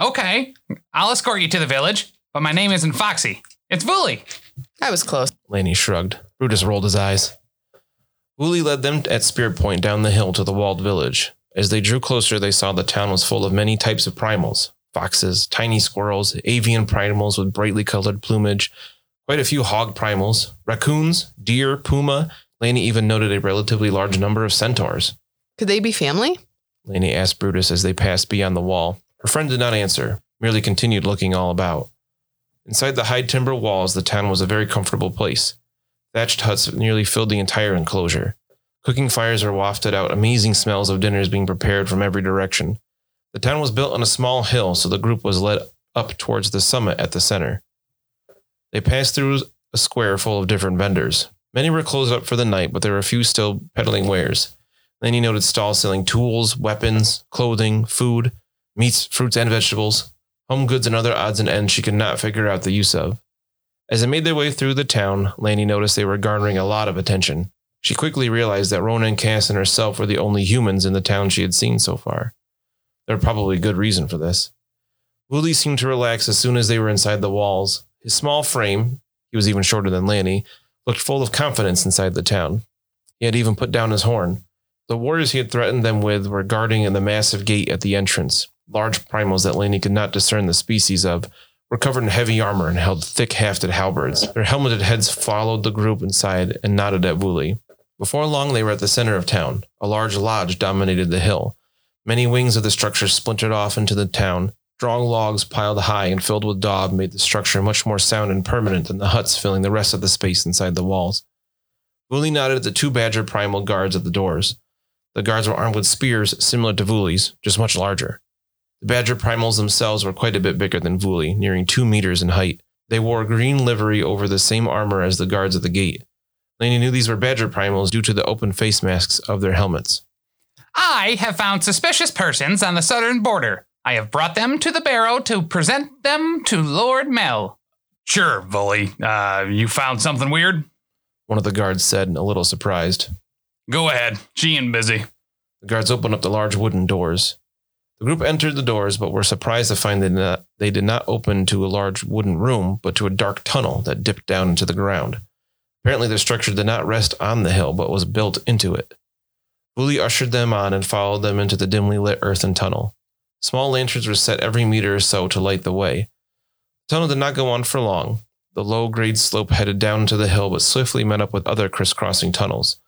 [SPEAKER 1] okay. I'll escort you to the village, but my name isn't Foxy. It's Vooly.
[SPEAKER 3] I was close.
[SPEAKER 2] Laney shrugged. Brutus rolled his eyes. Wooly led them at spear point down the hill to the walled village. As they drew closer, they saw the town was full of many types of primals foxes, tiny squirrels, avian primals with brightly colored plumage, quite a few hog primals, raccoons, deer, puma. Laney even noted a relatively large number of centaurs.
[SPEAKER 3] Could they be family?
[SPEAKER 2] Laney asked Brutus as they passed beyond the wall. Her friend did not answer, merely continued looking all about. Inside the high timber walls, the town was a very comfortable place. Thatched huts nearly filled the entire enclosure. Cooking fires were wafted out, amazing smells of dinners being prepared from every direction. The town was built on a small hill, so the group was led up towards the summit at the center. They passed through a square full of different vendors. Many were closed up for the night, but there were a few still peddling wares. Then he noted stalls selling tools, weapons, clothing, food, meats, fruits, and vegetables, home goods, and other odds and ends she could not figure out the use of. As they made their way through the town, Laney noticed they were garnering a lot of attention. She quickly realized that Ronan, Cass, and herself were the only humans in the town she had seen so far. There were probably good reason for this. Wooly seemed to relax as soon as they were inside the walls. His small frame, he was even shorter than Lanny, looked full of confidence inside the town. He had even put down his horn. The warriors he had threatened them with were guarding in the massive gate at the entrance. Large primals that Lanny could not discern the species of were covered in heavy armor and held thick hafted halberds. Their helmeted heads followed the group inside and nodded at Wooly. Before long, they were at the center of town. A large lodge dominated the hill. Many wings of the structure splintered off into the town. Strong logs piled high and filled with daub made the structure much more sound and permanent than the huts filling the rest of the space inside the walls. Wooly nodded at the two badger primal guards at the doors. The guards were armed with spears similar to Vooly's, just much larger. The badger primals themselves were quite a bit bigger than Vooly, nearing two meters in height. They wore green livery over the same armor as the guards at the gate. Laney knew these were badger primals due to the open face masks of their helmets.
[SPEAKER 1] I have found suspicious persons on the southern border. I have brought them to the barrow to present them to Lord Mel. Sure, Vully. Uh, you found something weird?
[SPEAKER 2] One of the guards said, a little surprised.
[SPEAKER 1] Go ahead. She and busy.
[SPEAKER 2] The guards opened up the large wooden doors. The group entered the doors, but were surprised to find that not- they did not open to a large wooden room, but to a dark tunnel that dipped down into the ground. Apparently, the structure did not rest on the hill, but was built into it. Wooly ushered them on and followed them into the dimly lit earthen tunnel. Small lanterns were set every meter or so to light the way. The tunnel did not go on for long. The low grade slope headed down into the hill, but swiftly met up with other crisscrossing tunnels.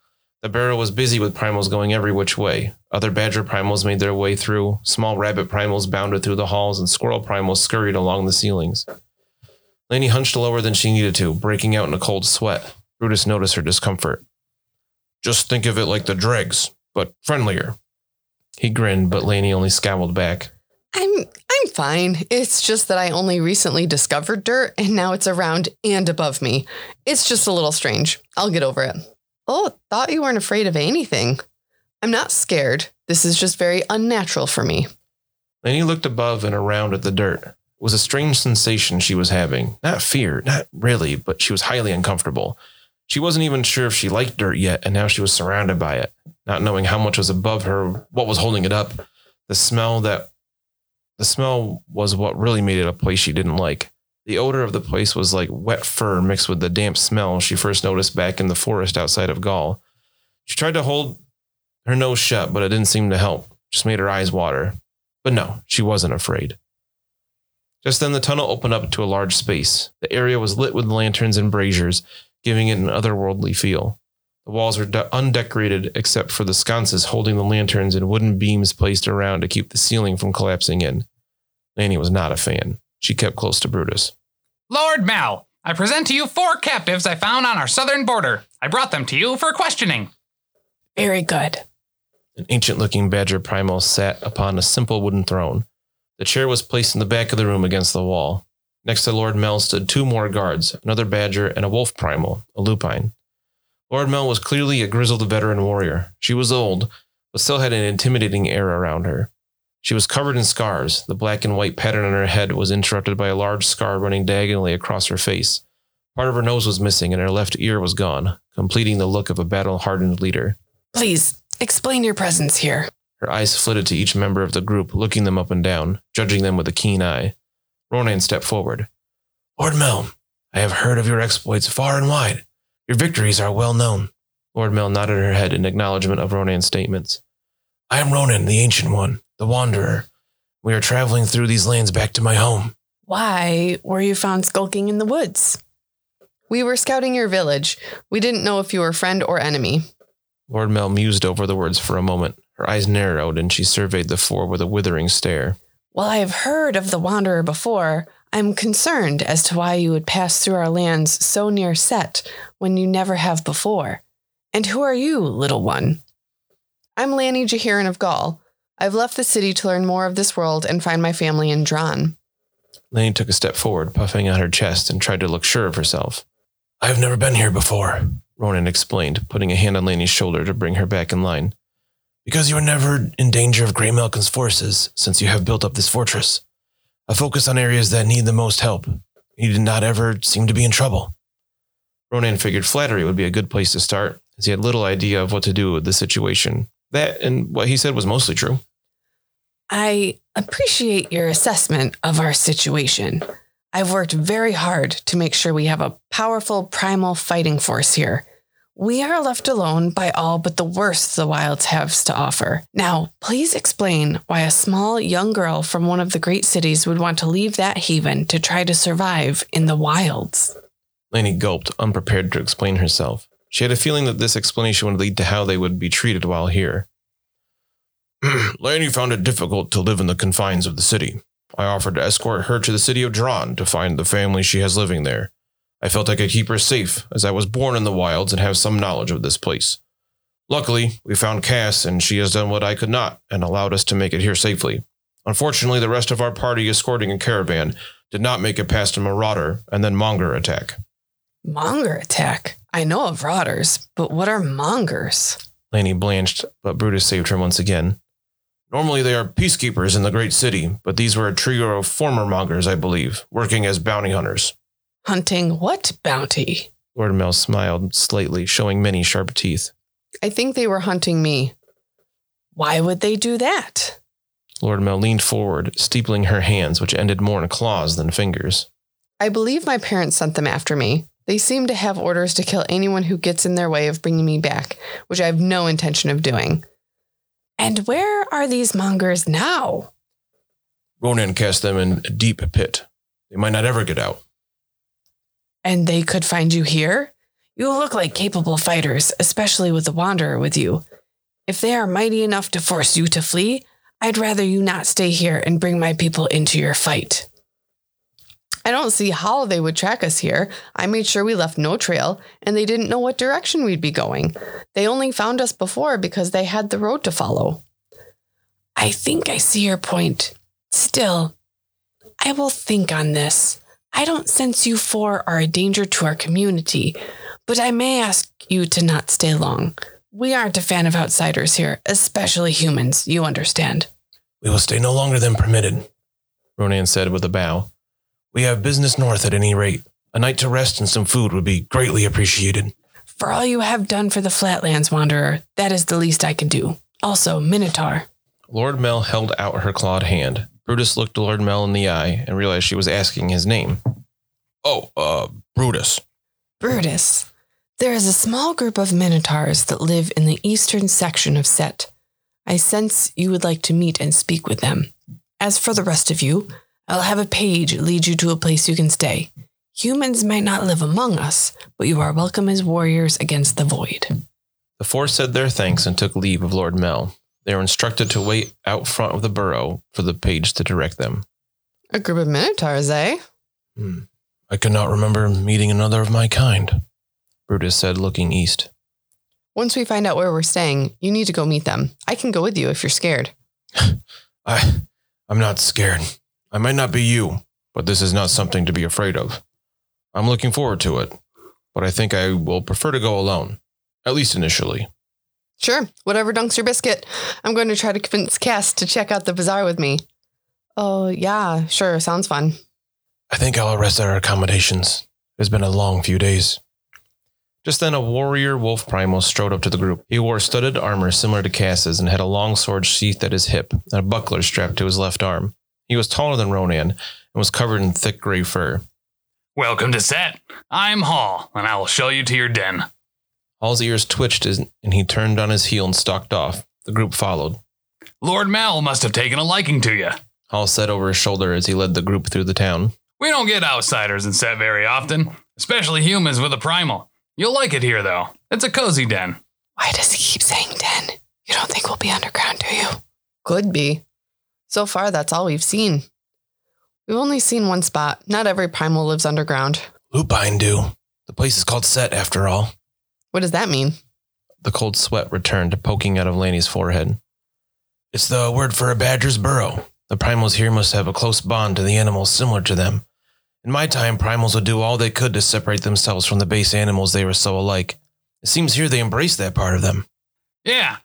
[SPEAKER 2] The barrow was busy with primals going every which way. Other badger primals made their way through, small rabbit primals bounded through the halls, and squirrel primals scurried along the ceilings. Laney hunched lower than she needed to, breaking out in a cold sweat. Brutus noticed her discomfort. Just think of it like the dregs, but friendlier. He grinned, but Laney only scowled back.
[SPEAKER 3] I'm I'm fine. It's just that I only recently discovered dirt and now it's around and above me. It's just a little strange. I'll get over it. Oh, thought you weren't afraid of anything. I'm not scared. This is just very unnatural for me.
[SPEAKER 2] Then he looked above and around at the dirt. It was a strange sensation she was having. Not fear, not really, but she was highly uncomfortable. She wasn't even sure if she liked dirt yet, and now she was surrounded by it, not knowing how much was above her, what was holding it up. The smell that the smell was what really made it a place she didn't like. The odor of the place was like wet fur mixed with the damp smell she first noticed back in the forest outside of Gaul. She tried to hold her nose shut, but it didn't seem to help. Just made her eyes water. But no, she wasn't afraid. Just then, the tunnel opened up to a large space. The area was lit with lanterns and braziers, giving it an otherworldly feel. The walls were de- undecorated except for the sconces holding the lanterns and wooden beams placed around to keep the ceiling from collapsing in. Lanny was not a fan. She kept close to Brutus.
[SPEAKER 4] Lord Mal, I present to you four captives I found on our southern border. I brought them to you for questioning.
[SPEAKER 3] Very good.
[SPEAKER 2] An ancient looking badger primal sat upon a simple wooden throne. The chair was placed in the back of the room against the wall. Next to Lord Mel stood two more guards, another badger and a wolf primal, a lupine. Lord Mel was clearly a grizzled veteran warrior. She was old, but still had an intimidating air around her. She was covered in scars. The black and white pattern on her head was interrupted by a large scar running diagonally across her face. Part of her nose was missing, and her left ear was gone, completing the look of a battle hardened leader.
[SPEAKER 3] Please explain your presence here.
[SPEAKER 2] Her eyes flitted to each member of the group, looking them up and down, judging them with a keen eye. Ronan stepped forward. Lord Mel, I have heard of your exploits far and wide. Your victories are well known. Lord Mel nodded her head in acknowledgement of Ronan's statements. I am Ronan, the Ancient One, the Wanderer. We are traveling through these lands back to my home.
[SPEAKER 3] Why were you found skulking in the woods? We were scouting your village. We didn't know if you were friend or enemy.
[SPEAKER 2] Lord Mel mused over the words for a moment. Her eyes narrowed, and she surveyed the four with a withering stare.
[SPEAKER 3] While I have heard of the Wanderer before, I'm concerned as to why you would pass through our lands so near Set when you never have before. And who are you, little one? I'm Lanny Jahirin of Gaul. I've left the city to learn more of this world and find my family in Dran.
[SPEAKER 2] Lane took a step forward, puffing out her chest, and tried to look sure of herself. I have never been here before, Ronan explained, putting a hand on Laney's shoulder to bring her back in line. Because you were never in danger of Grey Malkin's forces, since you have built up this fortress. I focus on areas that need the most help. You did not ever seem to be in trouble. Ronan figured flattery would be a good place to start, as he had little idea of what to do with the situation. That and what he said was mostly true.
[SPEAKER 3] I appreciate your assessment of our situation. I've worked very hard to make sure we have a powerful primal fighting force here. We are left alone by all but the worst the wilds have to offer. Now, please explain why a small young girl from one of the great cities would want to leave that haven to try to survive in the wilds.
[SPEAKER 2] Laney gulped, unprepared to explain herself. She had a feeling that this explanation would lead to how they would be treated while here. (clears throat) Laney found it difficult to live in the confines of the city. I offered to escort her to the city of Dron to find the family she has living there. I felt I could keep her safe, as I was born in the wilds and have some knowledge of this place. Luckily, we found Cass, and she has done what I could not and allowed us to make it here safely. Unfortunately, the rest of our party escorting a caravan did not make it past a marauder and then monger attack.
[SPEAKER 3] Monger attack. I know of rotters, but what are mongers?
[SPEAKER 2] Lanny blanched, but Brutus saved her once again. Normally, they are peacekeepers in the great city, but these were a trio of former mongers, I believe, working as bounty hunters.
[SPEAKER 3] Hunting what bounty?
[SPEAKER 2] Lord Mel smiled slightly, showing many sharp teeth.
[SPEAKER 3] I think they were hunting me. Why would they do that?
[SPEAKER 2] Lord Mel leaned forward, steepling her hands, which ended more in claws than fingers.
[SPEAKER 3] I believe my parents sent them after me. They seem to have orders to kill anyone who gets in their way of bringing me back, which I have no intention of doing. And where are these mongers now?
[SPEAKER 2] Ronan cast them in a deep pit. They might not ever get out.
[SPEAKER 3] And they could find you here? You look like capable fighters, especially with the Wanderer with you. If they are mighty enough to force you to flee, I'd rather you not stay here and bring my people into your fight. I don't see how they would track us here. I made sure we left no trail, and they didn't know what direction we'd be going. They only found us before because they had the road to follow. I think I see your point. Still, I will think on this. I don't sense you four are a danger to our community, but I may ask you to not stay long. We aren't a fan of outsiders here, especially humans, you understand.
[SPEAKER 2] We will stay no longer than permitted, Ronan said with a bow. We have business north at any rate. A night to rest and some food would be greatly appreciated.
[SPEAKER 3] For all you have done for the Flatlands, Wanderer, that is the least I can do. Also, Minotaur.
[SPEAKER 2] Lord Mel held out her clawed hand. Brutus looked Lord Mel in the eye and realized she was asking his name. Oh, uh, Brutus.
[SPEAKER 3] Brutus, there is a small group of Minotaurs that live in the eastern section of Set. I sense you would like to meet and speak with them. As for the rest of you, I'll have a page lead you to a place you can stay. Humans might not live among us, but you are welcome as warriors against the void.
[SPEAKER 2] The four said their thanks and took leave of Lord Mel. They were instructed to wait out front of the burrow for the page to direct them.
[SPEAKER 3] A group of Minotaurs, eh?
[SPEAKER 2] Hmm. I cannot remember meeting another of my kind, Brutus said, looking east.
[SPEAKER 3] Once we find out where we're staying, you need to go meet them. I can go with you if you're scared.
[SPEAKER 2] I, I'm not scared. I might not be you, but this is not something to be afraid of. I'm looking forward to it, but I think I will prefer to go alone, at least initially.
[SPEAKER 3] Sure, whatever dunks your biscuit. I'm going to try to convince Cass to check out the bazaar with me. Oh, yeah, sure, sounds fun.
[SPEAKER 2] I think I'll arrest our accommodations. It's been a long few days. Just then, a warrior wolf primal strode up to the group. He wore studded armor similar to Cass's and had a long sword sheathed at his hip and a buckler strapped to his left arm. He was taller than Ronan and was covered in thick gray fur.
[SPEAKER 4] Welcome to Set. I'm Hall, and I will show you to your den.
[SPEAKER 2] Hall's ears twitched as, and he turned on his heel and stalked off. The group followed.
[SPEAKER 4] Lord Mal must have taken a liking to you.
[SPEAKER 2] Hall said over his shoulder as he led the group through the town.
[SPEAKER 4] We don't get outsiders in Set very often, especially humans with a primal. You'll like it here, though. It's a cozy den.
[SPEAKER 3] Why does he keep saying den? You don't think we'll be underground, do you? Could be. So far, that's all we've seen. We've only seen one spot. Not every primal lives underground.
[SPEAKER 2] Lupine do. The place is called Set after all.
[SPEAKER 3] What does that mean?
[SPEAKER 2] The cold sweat returned, poking out of Lanny's forehead. It's the word for a badger's burrow. The primals here must have a close bond to the animals similar to them. In my time, primals would do all they could to separate themselves from the base animals they were so alike. It seems here they embrace that part of them.
[SPEAKER 4] Yeah.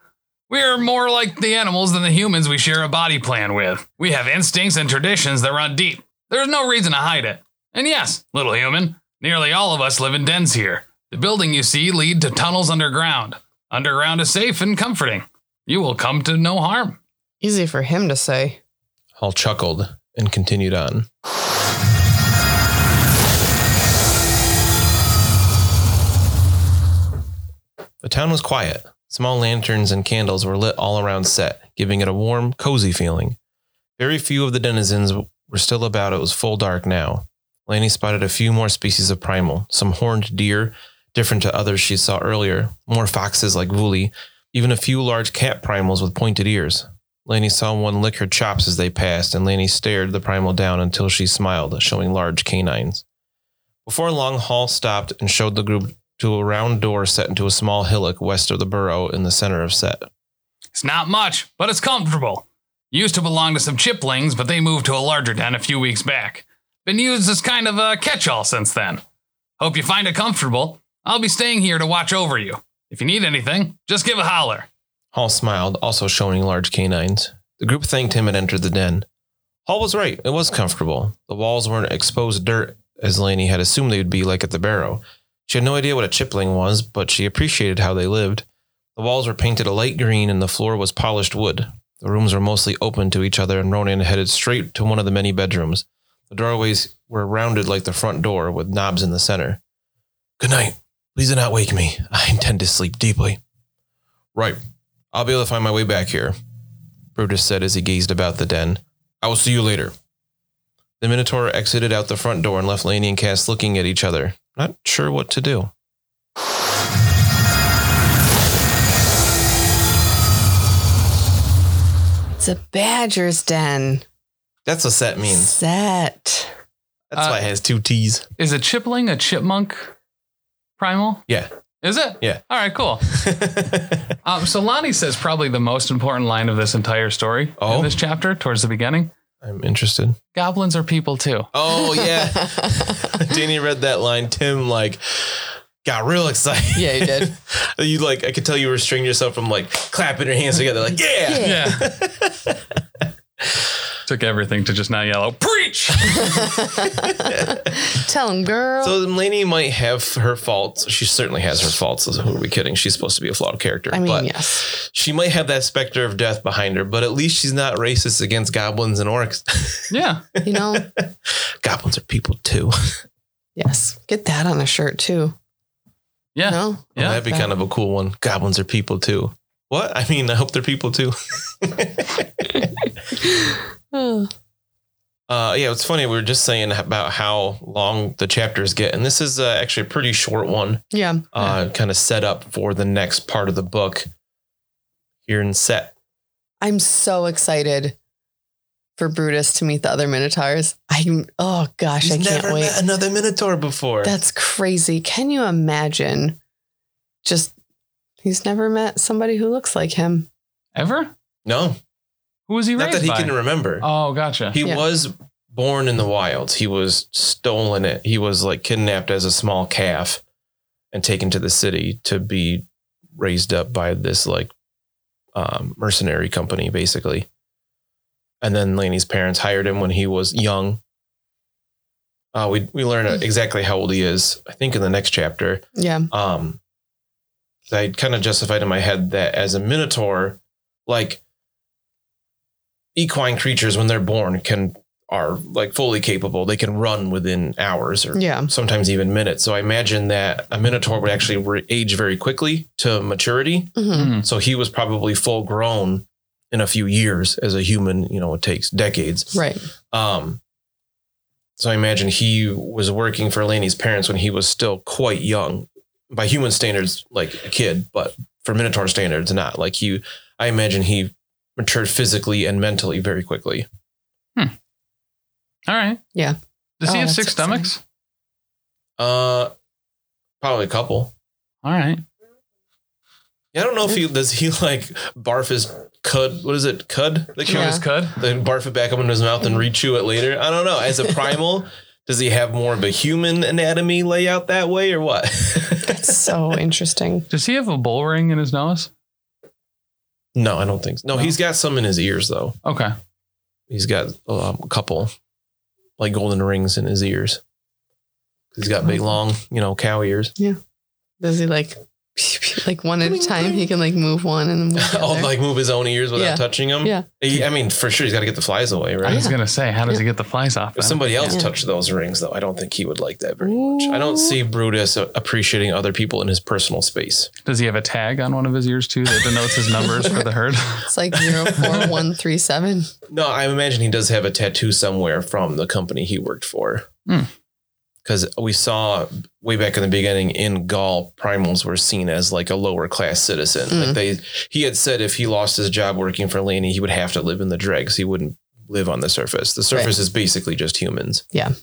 [SPEAKER 4] We are more like the animals than the humans we share a body plan with. We have instincts and traditions that run deep. There's no reason to hide it. And yes, little human, nearly all of us live in dens here. The building you see lead to tunnels underground. Underground is safe and comforting. You will come to no harm.
[SPEAKER 3] Easy for him to say.
[SPEAKER 2] Hall chuckled and continued on. The town was quiet. Small lanterns and candles were lit all around set, giving it a warm, cozy feeling. Very few of the denizens were still about. It was full dark now. Lanny spotted a few more species of primal, some horned deer, different to others she saw earlier, more foxes like Vuli, even a few large cat primals with pointed ears. Lanny saw one lick her chops as they passed, and Lanny stared the primal down until she smiled, showing large canines. Before long, Hall stopped and showed the group to a round door set into a small hillock west of the burrow in the center of Set.
[SPEAKER 4] It's not much, but it's comfortable. Used to belong to some chiplings, but they moved to a larger den a few weeks back. Been used as kind of a catch all since then. Hope you find it comfortable. I'll be staying here to watch over you. If you need anything, just give a holler.
[SPEAKER 2] Hall smiled, also showing large canines. The group thanked him and entered the den. Hall was right. It was comfortable. The walls weren't exposed dirt, as Laney had assumed they would be like at the barrow. She had no idea what a chipling was, but she appreciated how they lived. The walls were painted a light green and the floor was polished wood. The rooms were mostly open to each other, and Ronan headed straight to one of the many bedrooms. The doorways were rounded like the front door, with knobs in the center. Good night. Please do not wake me. I intend to sleep deeply. Right. I'll be able to find my way back here, Brutus said as he gazed about the den. I will see you later. The Minotaur exited out the front door and left Laney and Cass looking at each other, not sure what to do.
[SPEAKER 3] It's a badger's den.
[SPEAKER 2] That's what set means.
[SPEAKER 3] Set.
[SPEAKER 2] That's
[SPEAKER 1] Uh,
[SPEAKER 2] why it has two T's.
[SPEAKER 1] Is a chipling a chipmunk primal?
[SPEAKER 2] Yeah.
[SPEAKER 1] Is it?
[SPEAKER 2] Yeah.
[SPEAKER 1] All right, cool. Um, so Lonnie says probably the most important line of this entire story
[SPEAKER 2] Oh?
[SPEAKER 1] in this chapter towards the beginning.
[SPEAKER 2] (laughs) I'm interested.
[SPEAKER 1] Goblins are people too.
[SPEAKER 2] Oh (laughs) yeah. Danny read that line. Tim like got real excited.
[SPEAKER 3] (laughs) Yeah, he did.
[SPEAKER 2] (laughs) you like (laughs) I could tell you restrained yourself from like clapping your hands together, like,
[SPEAKER 1] Yeah.
[SPEAKER 2] yeah.
[SPEAKER 1] Took everything to just now yellow. Preach!
[SPEAKER 3] (laughs) Tell him, girl.
[SPEAKER 2] So Lainey might have her faults. She certainly has her faults. So who are we kidding? She's supposed to be a flawed character.
[SPEAKER 3] I mean,
[SPEAKER 2] but
[SPEAKER 3] yes.
[SPEAKER 2] she might have that specter of death behind her, but at least she's not racist against goblins and orcs.
[SPEAKER 1] (laughs)
[SPEAKER 2] (laughs)
[SPEAKER 1] Yeah.
[SPEAKER 3] You know, (laughs)
[SPEAKER 2] goblins are people too.
[SPEAKER 3] yes. Get that on a shirt too.
[SPEAKER 1] Yeah.
[SPEAKER 2] (laughs)
[SPEAKER 3] No? (sighs)
[SPEAKER 1] Yeah.
[SPEAKER 2] That'd be kind of a cool one. Goblins are people too. What? I mean, I hope they're people too. (laughs)
[SPEAKER 3] Oh,
[SPEAKER 2] Uh, yeah, it's funny. We were just saying about how long the chapters get, and this is uh, actually a pretty short one,
[SPEAKER 3] yeah.
[SPEAKER 2] uh, kind of set up for the next part of the book here in set.
[SPEAKER 3] I'm so excited for Brutus to meet the other Minotaurs. I'm, oh gosh, I
[SPEAKER 2] She's
[SPEAKER 3] can't
[SPEAKER 2] never
[SPEAKER 3] wait.
[SPEAKER 2] met another Minotaur before.
[SPEAKER 3] That's crazy. Can you imagine? Just, he's never met somebody who looks like him.
[SPEAKER 1] Ever?
[SPEAKER 2] no,
[SPEAKER 1] Who was he
[SPEAKER 2] not
[SPEAKER 1] raised
[SPEAKER 2] that he
[SPEAKER 1] by?
[SPEAKER 2] can remember.
[SPEAKER 1] oh, gotcha.
[SPEAKER 2] he
[SPEAKER 3] Yeah.
[SPEAKER 2] was born in the wilds. He was stolen. It. He was like kidnapped as a small calf and taken to the city to be raised up by this like um, mercenary company, basically. And then Laney's parents hired him when he was young. Uh, we we learn
[SPEAKER 3] Hmm.
[SPEAKER 2] exactly how old he is. I think in the next chapter.
[SPEAKER 3] Yeah.
[SPEAKER 2] Um, I kind of justified in my head that as a minotaur, like equine creatures when they're born can are like fully capable. They can run within hours or
[SPEAKER 3] Yeah.
[SPEAKER 2] sometimes even minutes. So I imagine that a minotaur would actually re- age very quickly to maturity.
[SPEAKER 3] hmm
[SPEAKER 2] So he was probably full grown in a few years as a human. You know, it takes decades.
[SPEAKER 3] Right.
[SPEAKER 2] Um, so I imagine he was working for Laney's parents when he was still quite young, by human standards, like a kid, but for Minotaur standards, not like he. I imagine he matured physically and mentally very quickly.
[SPEAKER 1] All right.
[SPEAKER 3] Yeah.
[SPEAKER 1] Does he
[SPEAKER 3] Oh,
[SPEAKER 1] have
[SPEAKER 3] that's
[SPEAKER 1] six
[SPEAKER 3] exciting.
[SPEAKER 1] stomachs?
[SPEAKER 2] Uh, probably a couple.
[SPEAKER 1] All right.
[SPEAKER 2] Yeah, I don't know if he does. He (laughs) like barf his cud. What is it? Cud. They
[SPEAKER 1] Chew
[SPEAKER 2] call it?
[SPEAKER 1] his cud.
[SPEAKER 2] Then barf it back up into his mouth and rechew it later. I don't know. As a primal, does he have more of a human anatomy layout that way or what? (laughs)
[SPEAKER 3] So interesting.
[SPEAKER 1] Does he have a bull ring in his nose?
[SPEAKER 2] No, I don't think so. No,
[SPEAKER 1] No.
[SPEAKER 2] he's got some in his ears though.
[SPEAKER 1] Okay.
[SPEAKER 2] He's got um, a couple like golden rings in his ears. He's got
[SPEAKER 3] Oh.
[SPEAKER 2] big long, you know, cow ears.
[SPEAKER 3] Does he like, (laughs) like one at a time? He can like move one and then
[SPEAKER 2] (laughs)
[SPEAKER 3] move the
[SPEAKER 2] Oh,
[SPEAKER 3] other.
[SPEAKER 2] like move his own ears without
[SPEAKER 3] Yeah.
[SPEAKER 2] touching them.
[SPEAKER 3] Yeah.
[SPEAKER 2] He- I mean, for sure, he's got to get the flies away,
[SPEAKER 1] I
[SPEAKER 2] right?
[SPEAKER 1] was gonna say, how does
[SPEAKER 3] Yeah.
[SPEAKER 1] he get the flies off?
[SPEAKER 2] If
[SPEAKER 1] then?
[SPEAKER 2] somebody else
[SPEAKER 3] Yeah.
[SPEAKER 2] touched those rings, though, I don't think he would like that very much. I don't see Brutus uh, appreciating other people in his personal space.
[SPEAKER 1] Does he have a tag on one of his ears too that denotes his numbers for the
[SPEAKER 2] (laughs)
[SPEAKER 1] herd?
[SPEAKER 3] It's like zero four one three seven.
[SPEAKER 2] No, I imagine he does have a tattoo somewhere from the company he worked for.
[SPEAKER 1] Hmm.
[SPEAKER 2] Because we saw way back in the beginning in Gaul, primals were seen as like a lower class citizen.
[SPEAKER 3] Hmm.
[SPEAKER 2] Like they, he had said if he lost his job working for Laney, he would have to live in the dregs. He wouldn't live on the surface. The surface is basically just humans.
[SPEAKER 3] Yeah.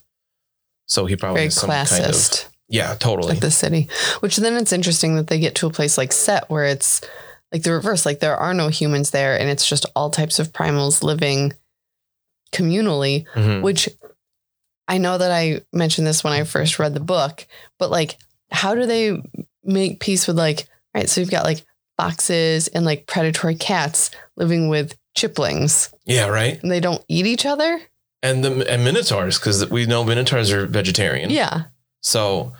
[SPEAKER 2] So he probably
[SPEAKER 3] Very
[SPEAKER 2] has some kind of
[SPEAKER 3] classist.
[SPEAKER 2] yeah, totally.
[SPEAKER 3] like the city. Which then it's interesting that they get to a place like Set where it's like the reverse, like there are no humans there and it's just all types of primals living communally,
[SPEAKER 2] Mhm.
[SPEAKER 3] which I know that I mentioned this when I first read the book, but like how do they make peace with like all right, so you've got like foxes and like predatory cats living with chiplings
[SPEAKER 2] Yeah, right.
[SPEAKER 3] and they don't eat each other?
[SPEAKER 2] And the and minotaurs because we know minotaurs are vegetarian.
[SPEAKER 3] Yeah.
[SPEAKER 2] So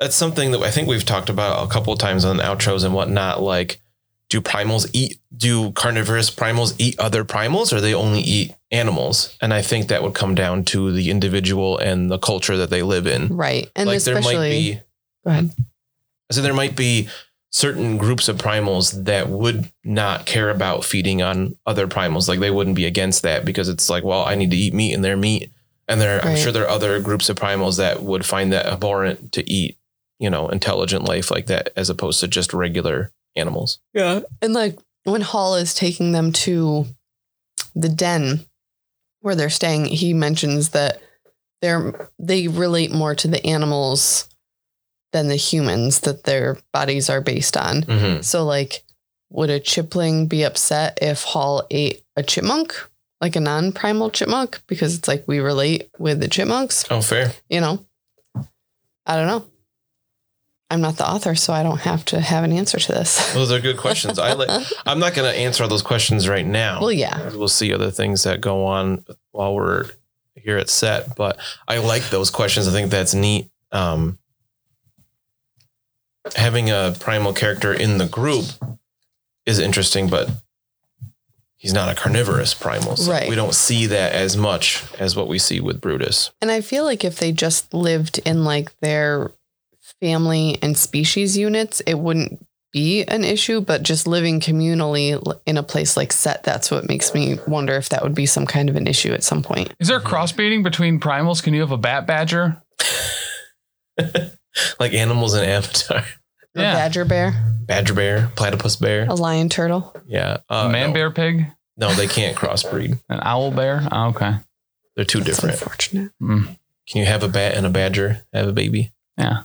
[SPEAKER 2] that's something that I think we've talked about a couple of times on outros and whatnot. Like, do primals eat? Do carnivorous primals eat other primals, or they only eat animals? And I think that would come down to the individual and the culture that they live in.
[SPEAKER 3] Right. And
[SPEAKER 2] like, there
[SPEAKER 3] especially
[SPEAKER 2] might be.
[SPEAKER 3] Go ahead.
[SPEAKER 2] So there might be certain groups of primals that would not care about feeding on other primals. Like they wouldn't be against that because it's like, well, I need to eat meat and they're meat. And there, I'm
[SPEAKER 3] Right.
[SPEAKER 2] sure there are other groups of primals that would find that abhorrent to eat, you know, intelligent life like that, as opposed to just regular animals.
[SPEAKER 3] Yeah. And like when Hall is taking them to the den where they're staying, he mentions that they're they relate more to the animals than the humans that their bodies are based on.
[SPEAKER 2] Mm-hmm.
[SPEAKER 3] So like would a chipling be upset if Hall ate a chipmunk? Like a non-primal chipmunk because it's like we relate with the chipmunks,
[SPEAKER 2] Oh, fair.
[SPEAKER 3] you know. I don't know. I'm not the author, so I don't have to have an answer to this.
[SPEAKER 2] Those are good questions. I
[SPEAKER 3] (laughs)
[SPEAKER 2] let, I'm not going to answer all those questions right now.
[SPEAKER 3] Well, yeah.
[SPEAKER 2] We'll see other things that go on while we're here at set, but I like those questions. I think that's neat. Um, having a primal character in the group is interesting, but he's not a carnivorous primal. So
[SPEAKER 3] Right.
[SPEAKER 2] We don't see that as much as what we see with Brutus.
[SPEAKER 3] And I feel like if they just lived in like their family and species units, it wouldn't be an issue. But just living communally l- in a place like Set, that's what makes me wonder if that would be some kind of an issue at some point.
[SPEAKER 1] Is there crossbreeding between primals? Can you have a bat badger?
[SPEAKER 2] Like animals in (laughs) Avatar.
[SPEAKER 1] Yeah.
[SPEAKER 3] A badger bear,
[SPEAKER 2] Badger bear, platypus bear.
[SPEAKER 3] a lion turtle.
[SPEAKER 2] Yeah. Uh,
[SPEAKER 1] a man
[SPEAKER 2] no.
[SPEAKER 1] bear pig?
[SPEAKER 2] No, they can't crossbreed.
[SPEAKER 1] An owl bear? Oh, okay.
[SPEAKER 2] They're too
[SPEAKER 3] That's
[SPEAKER 2] different.
[SPEAKER 3] unfortunate.
[SPEAKER 1] Mm.
[SPEAKER 2] Can you have a bat and a badger have a baby?
[SPEAKER 1] Yeah.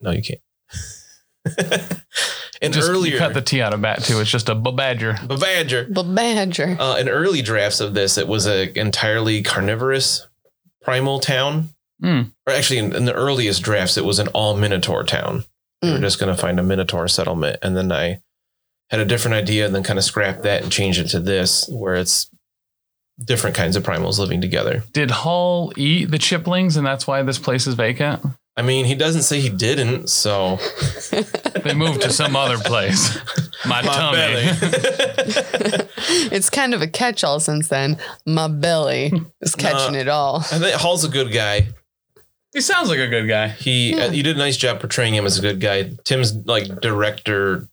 [SPEAKER 2] No, you can't. (laughs) and
[SPEAKER 1] Just
[SPEAKER 2] earlier,
[SPEAKER 1] cut the T out of bat too. It's just a b- badger.
[SPEAKER 2] a badger.
[SPEAKER 1] (laughs)
[SPEAKER 3] The badger. (laughs)
[SPEAKER 2] Uh, in early drafts of this, it was a entirely carnivorous primal town.
[SPEAKER 1] Hmm.
[SPEAKER 2] Or actually, in, in the earliest drafts, it was an all minotaur town. We were
[SPEAKER 3] Mm.
[SPEAKER 2] just going to find a minotaur settlement, and then I had a different idea, and then kind of scrapped that and changed it to this, where it's different kinds of primals living together.
[SPEAKER 1] Did Hall eat the chiplings and that's why this place is vacant?
[SPEAKER 2] I mean, he doesn't say he didn't, so
[SPEAKER 1] They moved to some other
[SPEAKER 2] (laughs)
[SPEAKER 1] place. My, tummy.
[SPEAKER 3] (laughs)
[SPEAKER 2] belly.
[SPEAKER 3] it's kind of a catch-all since then. My belly
[SPEAKER 1] (laughs)
[SPEAKER 3] is
[SPEAKER 1] Uh,
[SPEAKER 3] catching it all.
[SPEAKER 2] I think Hall's a good guy.
[SPEAKER 1] He sounds like a good guy.
[SPEAKER 2] He
[SPEAKER 3] Yeah.
[SPEAKER 2] uh, you did a nice job portraying him as a good guy. Tim's like director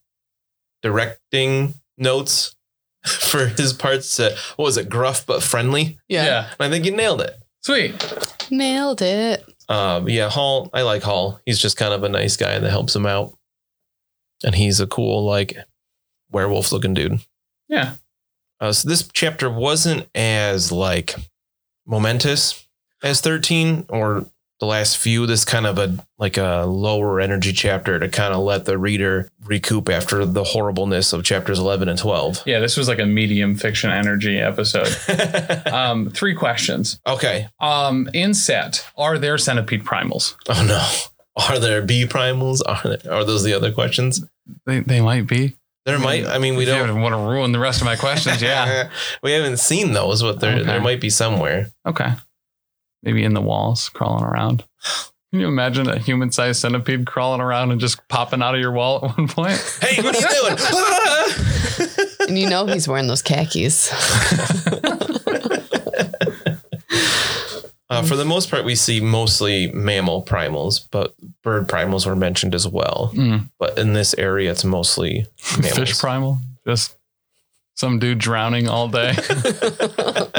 [SPEAKER 2] directing notes (laughs) for his parts to what was it, gruff but friendly.
[SPEAKER 3] Yeah.
[SPEAKER 2] And I think you nailed it.
[SPEAKER 1] Sweet.
[SPEAKER 3] Nailed it.
[SPEAKER 2] Um, yeah, Hall. I like Hall. He's just kind of a nice guy that helps him out, and he's a cool like werewolf looking dude.
[SPEAKER 1] Yeah.
[SPEAKER 2] Uh, so this chapter wasn't as like momentous as 13 or the last few. This kind of a like a lower energy chapter to kind of let the reader recoup after the horribleness of chapters 11 and 12.
[SPEAKER 1] Yeah, this was like a medium fiction energy episode. Um, three questions.
[SPEAKER 2] (laughs) okay.
[SPEAKER 1] Um, in set, are there centipede primals?
[SPEAKER 2] Oh no. Are there B primals? Are there, are those the other questions?
[SPEAKER 1] They, they might be.
[SPEAKER 2] There might. I mean, we
[SPEAKER 1] If you
[SPEAKER 2] don't.
[SPEAKER 1] want to ruin the rest of my questions.
[SPEAKER 2] (laughs)
[SPEAKER 1] Yeah.
[SPEAKER 2] we haven't seen those, but there
[SPEAKER 1] Okay.
[SPEAKER 2] there might be somewhere.
[SPEAKER 1] Okay. Maybe in the walls, crawling around. Can you imagine a human sized centipede crawling around and just popping out of your wall at one point?
[SPEAKER 2] Hey, what are you doing?
[SPEAKER 1] (laughs)
[SPEAKER 2] Ah!
[SPEAKER 3] And you know he's wearing those khakis.
[SPEAKER 2] Uh, for the most part, we see mostly mammal primals, but bird primals were mentioned as well.
[SPEAKER 1] Mm.
[SPEAKER 2] But in this area, it's mostly mammals.
[SPEAKER 1] Fish primal? Just some dude drowning all
[SPEAKER 2] (laughs)
[SPEAKER 1] day.
[SPEAKER 3] Oh,
[SPEAKER 1] (laughs)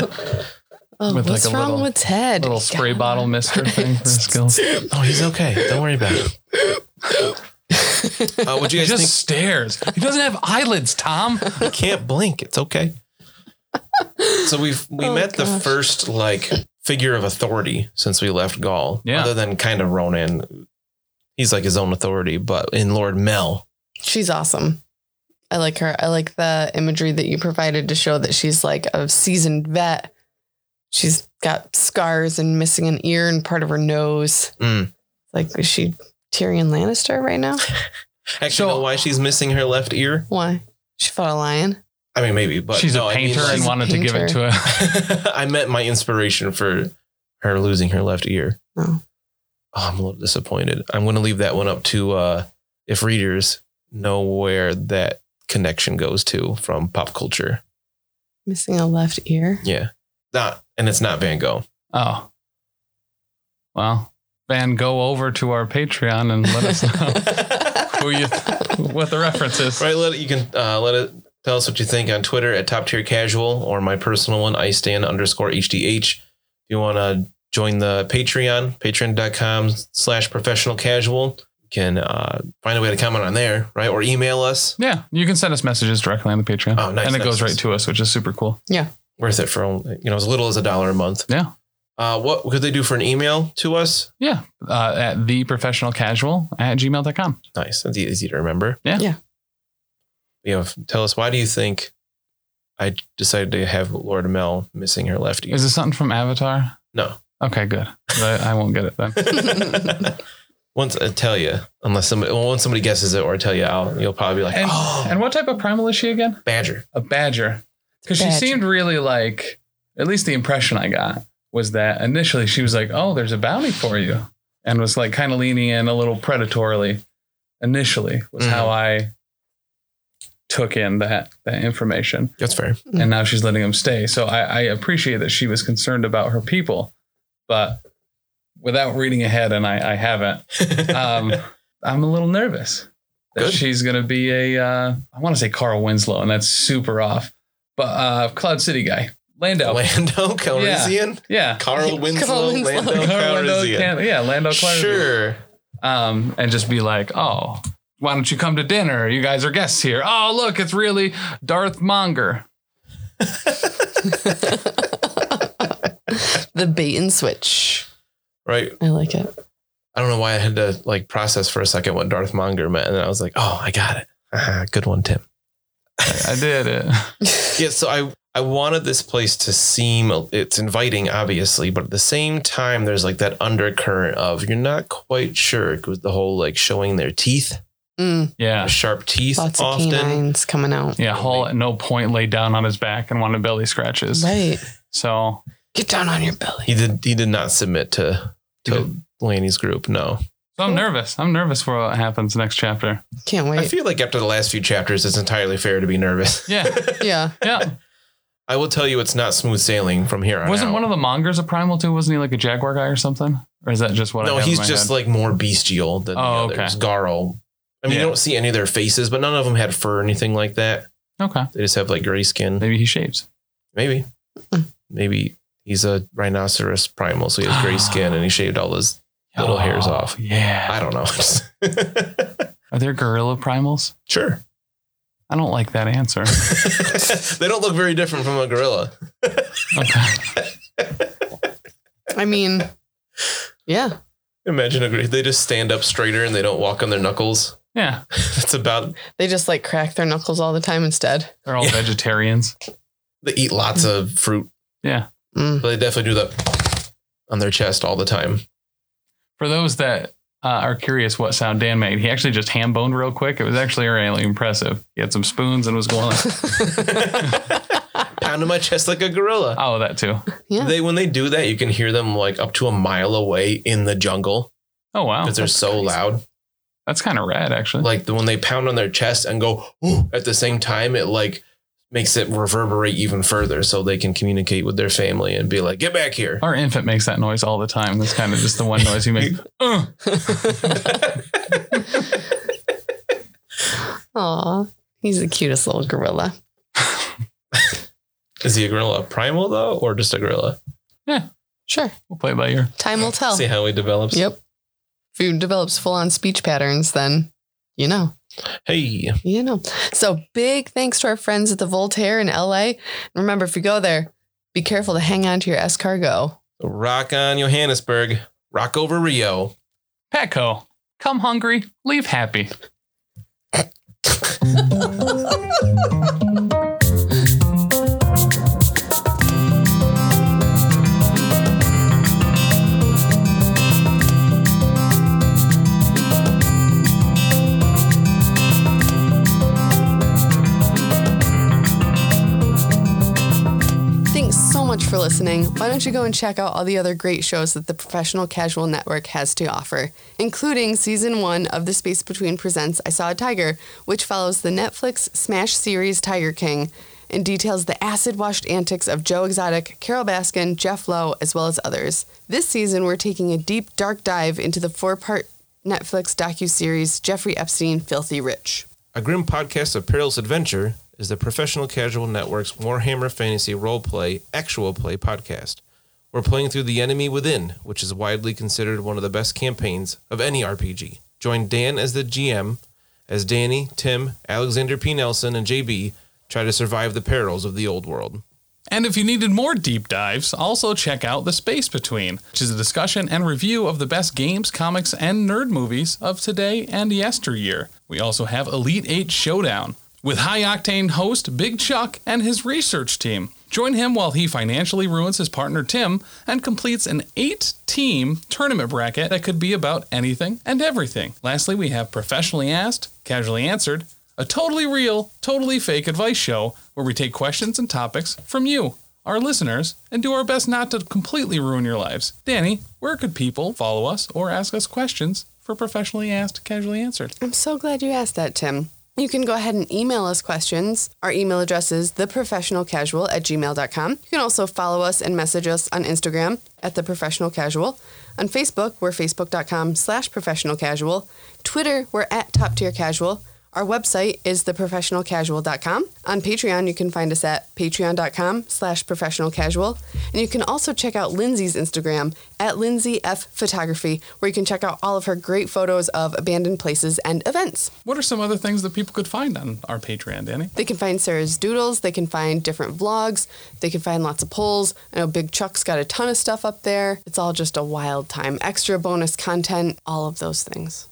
[SPEAKER 1] With, like,
[SPEAKER 3] what's
[SPEAKER 1] a
[SPEAKER 3] wrong
[SPEAKER 1] little-
[SPEAKER 3] with Ted?
[SPEAKER 1] Little spray
[SPEAKER 3] God.
[SPEAKER 1] bottle mister thing for his skills.
[SPEAKER 2] oh, he's okay. Don't worry about
[SPEAKER 3] (laughs)
[SPEAKER 2] it. uh, what do you
[SPEAKER 1] He
[SPEAKER 2] guys
[SPEAKER 1] just
[SPEAKER 2] think?
[SPEAKER 1] stares. He doesn't have eyelids, Tom.
[SPEAKER 2] You can't blink. It's okay. So we've we
[SPEAKER 3] Oh,
[SPEAKER 2] met the
[SPEAKER 3] gosh.
[SPEAKER 2] first like figure of authority since we left Gaul.
[SPEAKER 1] Yeah.
[SPEAKER 2] Other than kind of Ronan, he's like his own authority. But in Lord Mel,
[SPEAKER 3] She's awesome. I like her. I like the imagery that you provided to show that she's like a seasoned vet. She's got scars and missing an ear and part of her nose.
[SPEAKER 2] Mm.
[SPEAKER 3] Like, is she Tyrion Lannister
[SPEAKER 2] (laughs)
[SPEAKER 3] right now?
[SPEAKER 2] actually, you
[SPEAKER 1] So-
[SPEAKER 2] know why she's missing her left ear?
[SPEAKER 3] Why? She fought a lion.
[SPEAKER 2] I mean, maybe, but
[SPEAKER 1] She's
[SPEAKER 2] no,
[SPEAKER 1] a
[SPEAKER 2] I mean,
[SPEAKER 1] painter
[SPEAKER 2] like-
[SPEAKER 1] and
[SPEAKER 3] she's a
[SPEAKER 1] wanted to give it to a
[SPEAKER 2] (laughs) I meant my inspiration for her losing her left ear.
[SPEAKER 3] Oh.
[SPEAKER 2] Oh, I'm a little disappointed. I'm going to leave that one up to uh, if readers know where that connection goes to from pop culture.
[SPEAKER 3] Missing a left
[SPEAKER 2] (laughs)
[SPEAKER 3] ear.
[SPEAKER 2] Yeah. Not, and it's not Van Gogh.
[SPEAKER 1] Oh. Well, Van, go over to our Patreon and let us know (laughs) who you what the reference is.
[SPEAKER 2] Right. Let it, you can uh, let it tell us what you think on Twitter at Top Tier Casual or my personal one, I stand underscore HDH. If you want to join the Patreon, patreon.com slash professional casual, you can uh, find a way to comment on there, right? Or email us.
[SPEAKER 1] Yeah, you can send us messages directly on the Patreon.
[SPEAKER 2] Oh, nice,
[SPEAKER 1] And it
[SPEAKER 2] nice,
[SPEAKER 1] goes
[SPEAKER 2] nice.
[SPEAKER 1] right to us, which is super cool.
[SPEAKER 2] Worth it for, only, you know, as little as a dollar a month.
[SPEAKER 1] Yeah.
[SPEAKER 2] Uh, what could they do for an email to us?
[SPEAKER 1] Yeah. Uh, at the professional casual at gmail.com.
[SPEAKER 2] Nice. That's easy to remember.
[SPEAKER 1] Yeah.
[SPEAKER 3] Yeah.
[SPEAKER 2] You know, tell us why do you think I decided to have Lord Mel missing her left ear?
[SPEAKER 1] Is this something from Avatar?
[SPEAKER 2] No.
[SPEAKER 1] Okay, good. I, I won't get it then.
[SPEAKER 2] (laughs) Once I tell you, unless somebody well, once somebody guesses it or I tell you out, you'll probably be like,
[SPEAKER 1] And-
[SPEAKER 2] oh,
[SPEAKER 1] And what type of primal is she again?
[SPEAKER 2] badger.
[SPEAKER 1] A badger. Because she
[SPEAKER 3] Badger.
[SPEAKER 1] seemed really like, at least the impression I got was that initially she was like, oh, there's a bounty for you. And was like kind of leaning in a little predatorily initially, was how I took in that, that information.
[SPEAKER 2] That's (laughs) fair.
[SPEAKER 1] and now she's letting them stay. So I, I appreciate that she was concerned about her people, but without reading ahead, and I, I haven't, um, I'm a little nervous that
[SPEAKER 2] Good.
[SPEAKER 1] she's going to be a. Uh, I want to say Carl Winslow, and that's super off, but uh, Cloud City guy Lando.
[SPEAKER 2] (laughs) Lando Calrissian,
[SPEAKER 1] yeah, (laughs)
[SPEAKER 2] Carl Winslow,
[SPEAKER 3] Winslow.
[SPEAKER 2] Lando
[SPEAKER 1] Carl Lando
[SPEAKER 2] Calrissian.
[SPEAKER 1] can, yeah, Lando. Calrissian.
[SPEAKER 2] Sure.
[SPEAKER 1] um, and just be like, oh. Why don't you come to dinner? You guys are guests here. Oh, look, it's really Darth Monger.
[SPEAKER 3] (laughs) the bait and switch.
[SPEAKER 2] Right.
[SPEAKER 3] I like it.
[SPEAKER 2] I don't know why I had to like process for a second what Darth Monger meant, and then I was like, oh, I got it. Uh-huh. Good one, Tim.
[SPEAKER 1] I did it. (laughs)
[SPEAKER 2] yeah so i i wanted this place to seem it's inviting obviously but at the same time there's like that undercurrent of you're not quite sure it was the whole like showing their teeth
[SPEAKER 3] Mm,
[SPEAKER 1] Yeah.
[SPEAKER 2] sharp teeth
[SPEAKER 3] lots of
[SPEAKER 2] often
[SPEAKER 3] canines coming out.
[SPEAKER 1] Yeah, Hall at no point laid down on his back and wanted belly scratches.
[SPEAKER 3] Right.
[SPEAKER 1] So
[SPEAKER 3] Get down on your belly.
[SPEAKER 2] he did he did not submit to
[SPEAKER 1] He
[SPEAKER 2] to Laney's group no
[SPEAKER 1] so I'm nervous. I'm nervous for what happens next chapter.
[SPEAKER 3] Can't
[SPEAKER 2] i
[SPEAKER 3] wait.
[SPEAKER 2] feel like after the last few chapters it's entirely fair to be nervous
[SPEAKER 1] (laughs) Yeah,
[SPEAKER 3] yeah.
[SPEAKER 1] yeah.
[SPEAKER 2] (laughs) i will tell you it's not smooth sailing from here on
[SPEAKER 1] Wasn't
[SPEAKER 2] out.
[SPEAKER 1] one of the mongers a primal too? Wasn't he like a jaguar guy or something? Or is that just what? I
[SPEAKER 2] no
[SPEAKER 1] have in
[SPEAKER 2] he's
[SPEAKER 1] my
[SPEAKER 2] just
[SPEAKER 1] head?
[SPEAKER 2] like more bestial than
[SPEAKER 1] Oh,
[SPEAKER 2] the
[SPEAKER 1] okay.
[SPEAKER 2] others garl i mean
[SPEAKER 1] Yeah.
[SPEAKER 2] you don't see any of their faces but none of them had fur or anything like that
[SPEAKER 1] okay.
[SPEAKER 2] they just have like gray skin
[SPEAKER 1] Maybe he shapes.
[SPEAKER 2] Maybe.
[SPEAKER 3] Mm.
[SPEAKER 2] Maybe he's a rhinoceros primal, so he
[SPEAKER 1] (sighs)
[SPEAKER 2] has gray skin and he shaved all his little
[SPEAKER 1] Oh,
[SPEAKER 2] hairs off.
[SPEAKER 1] Yeah.
[SPEAKER 2] I don't know. (laughs)
[SPEAKER 1] Are there gorilla primals?
[SPEAKER 2] sure.
[SPEAKER 1] I don't like that
[SPEAKER 2] (laughs)
[SPEAKER 1] answer.
[SPEAKER 2] they don't look very different from a gorilla.
[SPEAKER 1] Okay.
[SPEAKER 3] I mean, yeah.
[SPEAKER 2] Imagine a gor- they just stand up straighter and they don't walk on their knuckles. (laughs)
[SPEAKER 1] Yeah,
[SPEAKER 2] That's about
[SPEAKER 3] They just like crack their knuckles all the time instead.
[SPEAKER 1] they're all
[SPEAKER 2] Yeah.
[SPEAKER 1] vegetarians.
[SPEAKER 2] they eat lots of fruit,
[SPEAKER 3] Mm.
[SPEAKER 2] but they definitely do that on their chest all the
[SPEAKER 3] (laughs)
[SPEAKER 2] time.
[SPEAKER 1] For those that uh, are curious what sound Dan made, he actually just ham boned real quick. It was actually really impressive. He had some spoons and was going like,
[SPEAKER 2] (laughs) Pounding my chest like a gorilla.
[SPEAKER 1] oh, that too.
[SPEAKER 3] Yeah.
[SPEAKER 2] They when they do that, you can hear them like up to a mile away in the jungle
[SPEAKER 1] Oh, wow.
[SPEAKER 2] because they're so loud.
[SPEAKER 1] That's kind of rad, actually.
[SPEAKER 2] like the, when they pound on their chest and go "Ooh," at the same time, it like makes it reverberate even further so they can communicate with their family and be like, get back here.
[SPEAKER 1] Our infant makes that noise all the time. That's kind of just the one noise he makes.
[SPEAKER 2] (laughs)
[SPEAKER 1] Uh,
[SPEAKER 3] Aw. He's the cutest little gorilla.
[SPEAKER 2] (laughs) Is he a gorilla primal though, or just a gorilla?
[SPEAKER 3] Sure.
[SPEAKER 1] we'll play it by ear.
[SPEAKER 3] Time will tell.
[SPEAKER 2] See how he develops.
[SPEAKER 3] Yep. If he develops full on speech patterns, then you know.
[SPEAKER 2] Hey,
[SPEAKER 3] You know. So big thanks to our friends at the Voltaire in LA. Remember, if you go there, be careful to hang on to your escargot.
[SPEAKER 2] rock on Johannesburg, rock over Rio.
[SPEAKER 1] Petco, come hungry, leave happy.
[SPEAKER 3] Thanks so much for listening. Why don't you go and check out all the other great shows that the Professional Casual Network has to offer, including season one of The Space Between Presents I Saw a Tiger, which follows the Netflix smash series Tiger King and details the acid washed antics of Joe Exotic, Carol Baskin, Jeff Lowe, as well as others. This season, we're taking a deep, dark dive into the four part Netflix docuseries Jeffrey Epstein Filthy Rich.
[SPEAKER 2] A grim podcast of perilous adventure is the Professional Casual Network's Warhammer Fantasy Roleplay Actual Play podcast. We're playing through The Enemy Within, which is widely considered one of the best campaigns of any RPG. Join Dan as the GM, as Danny, Tim, Alexander P. Nelson, and JB try to survive the perils of the old world.
[SPEAKER 4] And if you needed more deep dives, also check out The Space Between, which is a discussion and review of the best games, comics, and nerd movies of today and yesteryear. We also have Elite 8 Showdown,
[SPEAKER 1] with high octane host Big Chuck and his research team. Join him while he financially ruins his partner Tim and completes an eight team tournament bracket that could be about anything and everything. Lastly, we have Professionally Asked, Casually Answered, a totally real, totally fake advice show where we take questions and topics from you, our listeners, and do our best not to completely ruin your lives. Danny, where could people follow us or ask us questions for Professionally Asked, Casually Answered?
[SPEAKER 3] I'm so glad you asked that, Tim. You can go ahead and email us questions. Our email address is theprofessionalcasual at gmail.com. You can also follow us and message us on Instagram at theprofessionalcasual. On Facebook, we're facebook.com slash professionalcasual. Twitter, we're at top tier casual. Our website is theprofessionalcasual.com. On Patreon, you can find us at patreon.com slash professionalcasual. And you can also check out Lindsay's Instagram at Lindsay F Photography, where you can check out all of her great photos of abandoned places and events.
[SPEAKER 1] What are some other things that people could find on our Patreon, Danny?
[SPEAKER 3] They can find Sarah's doodles. They can find different vlogs. They can find lots of polls. I know Big Chuck's got a ton of stuff up there. It's all just a wild time. Extra bonus content, all of those things.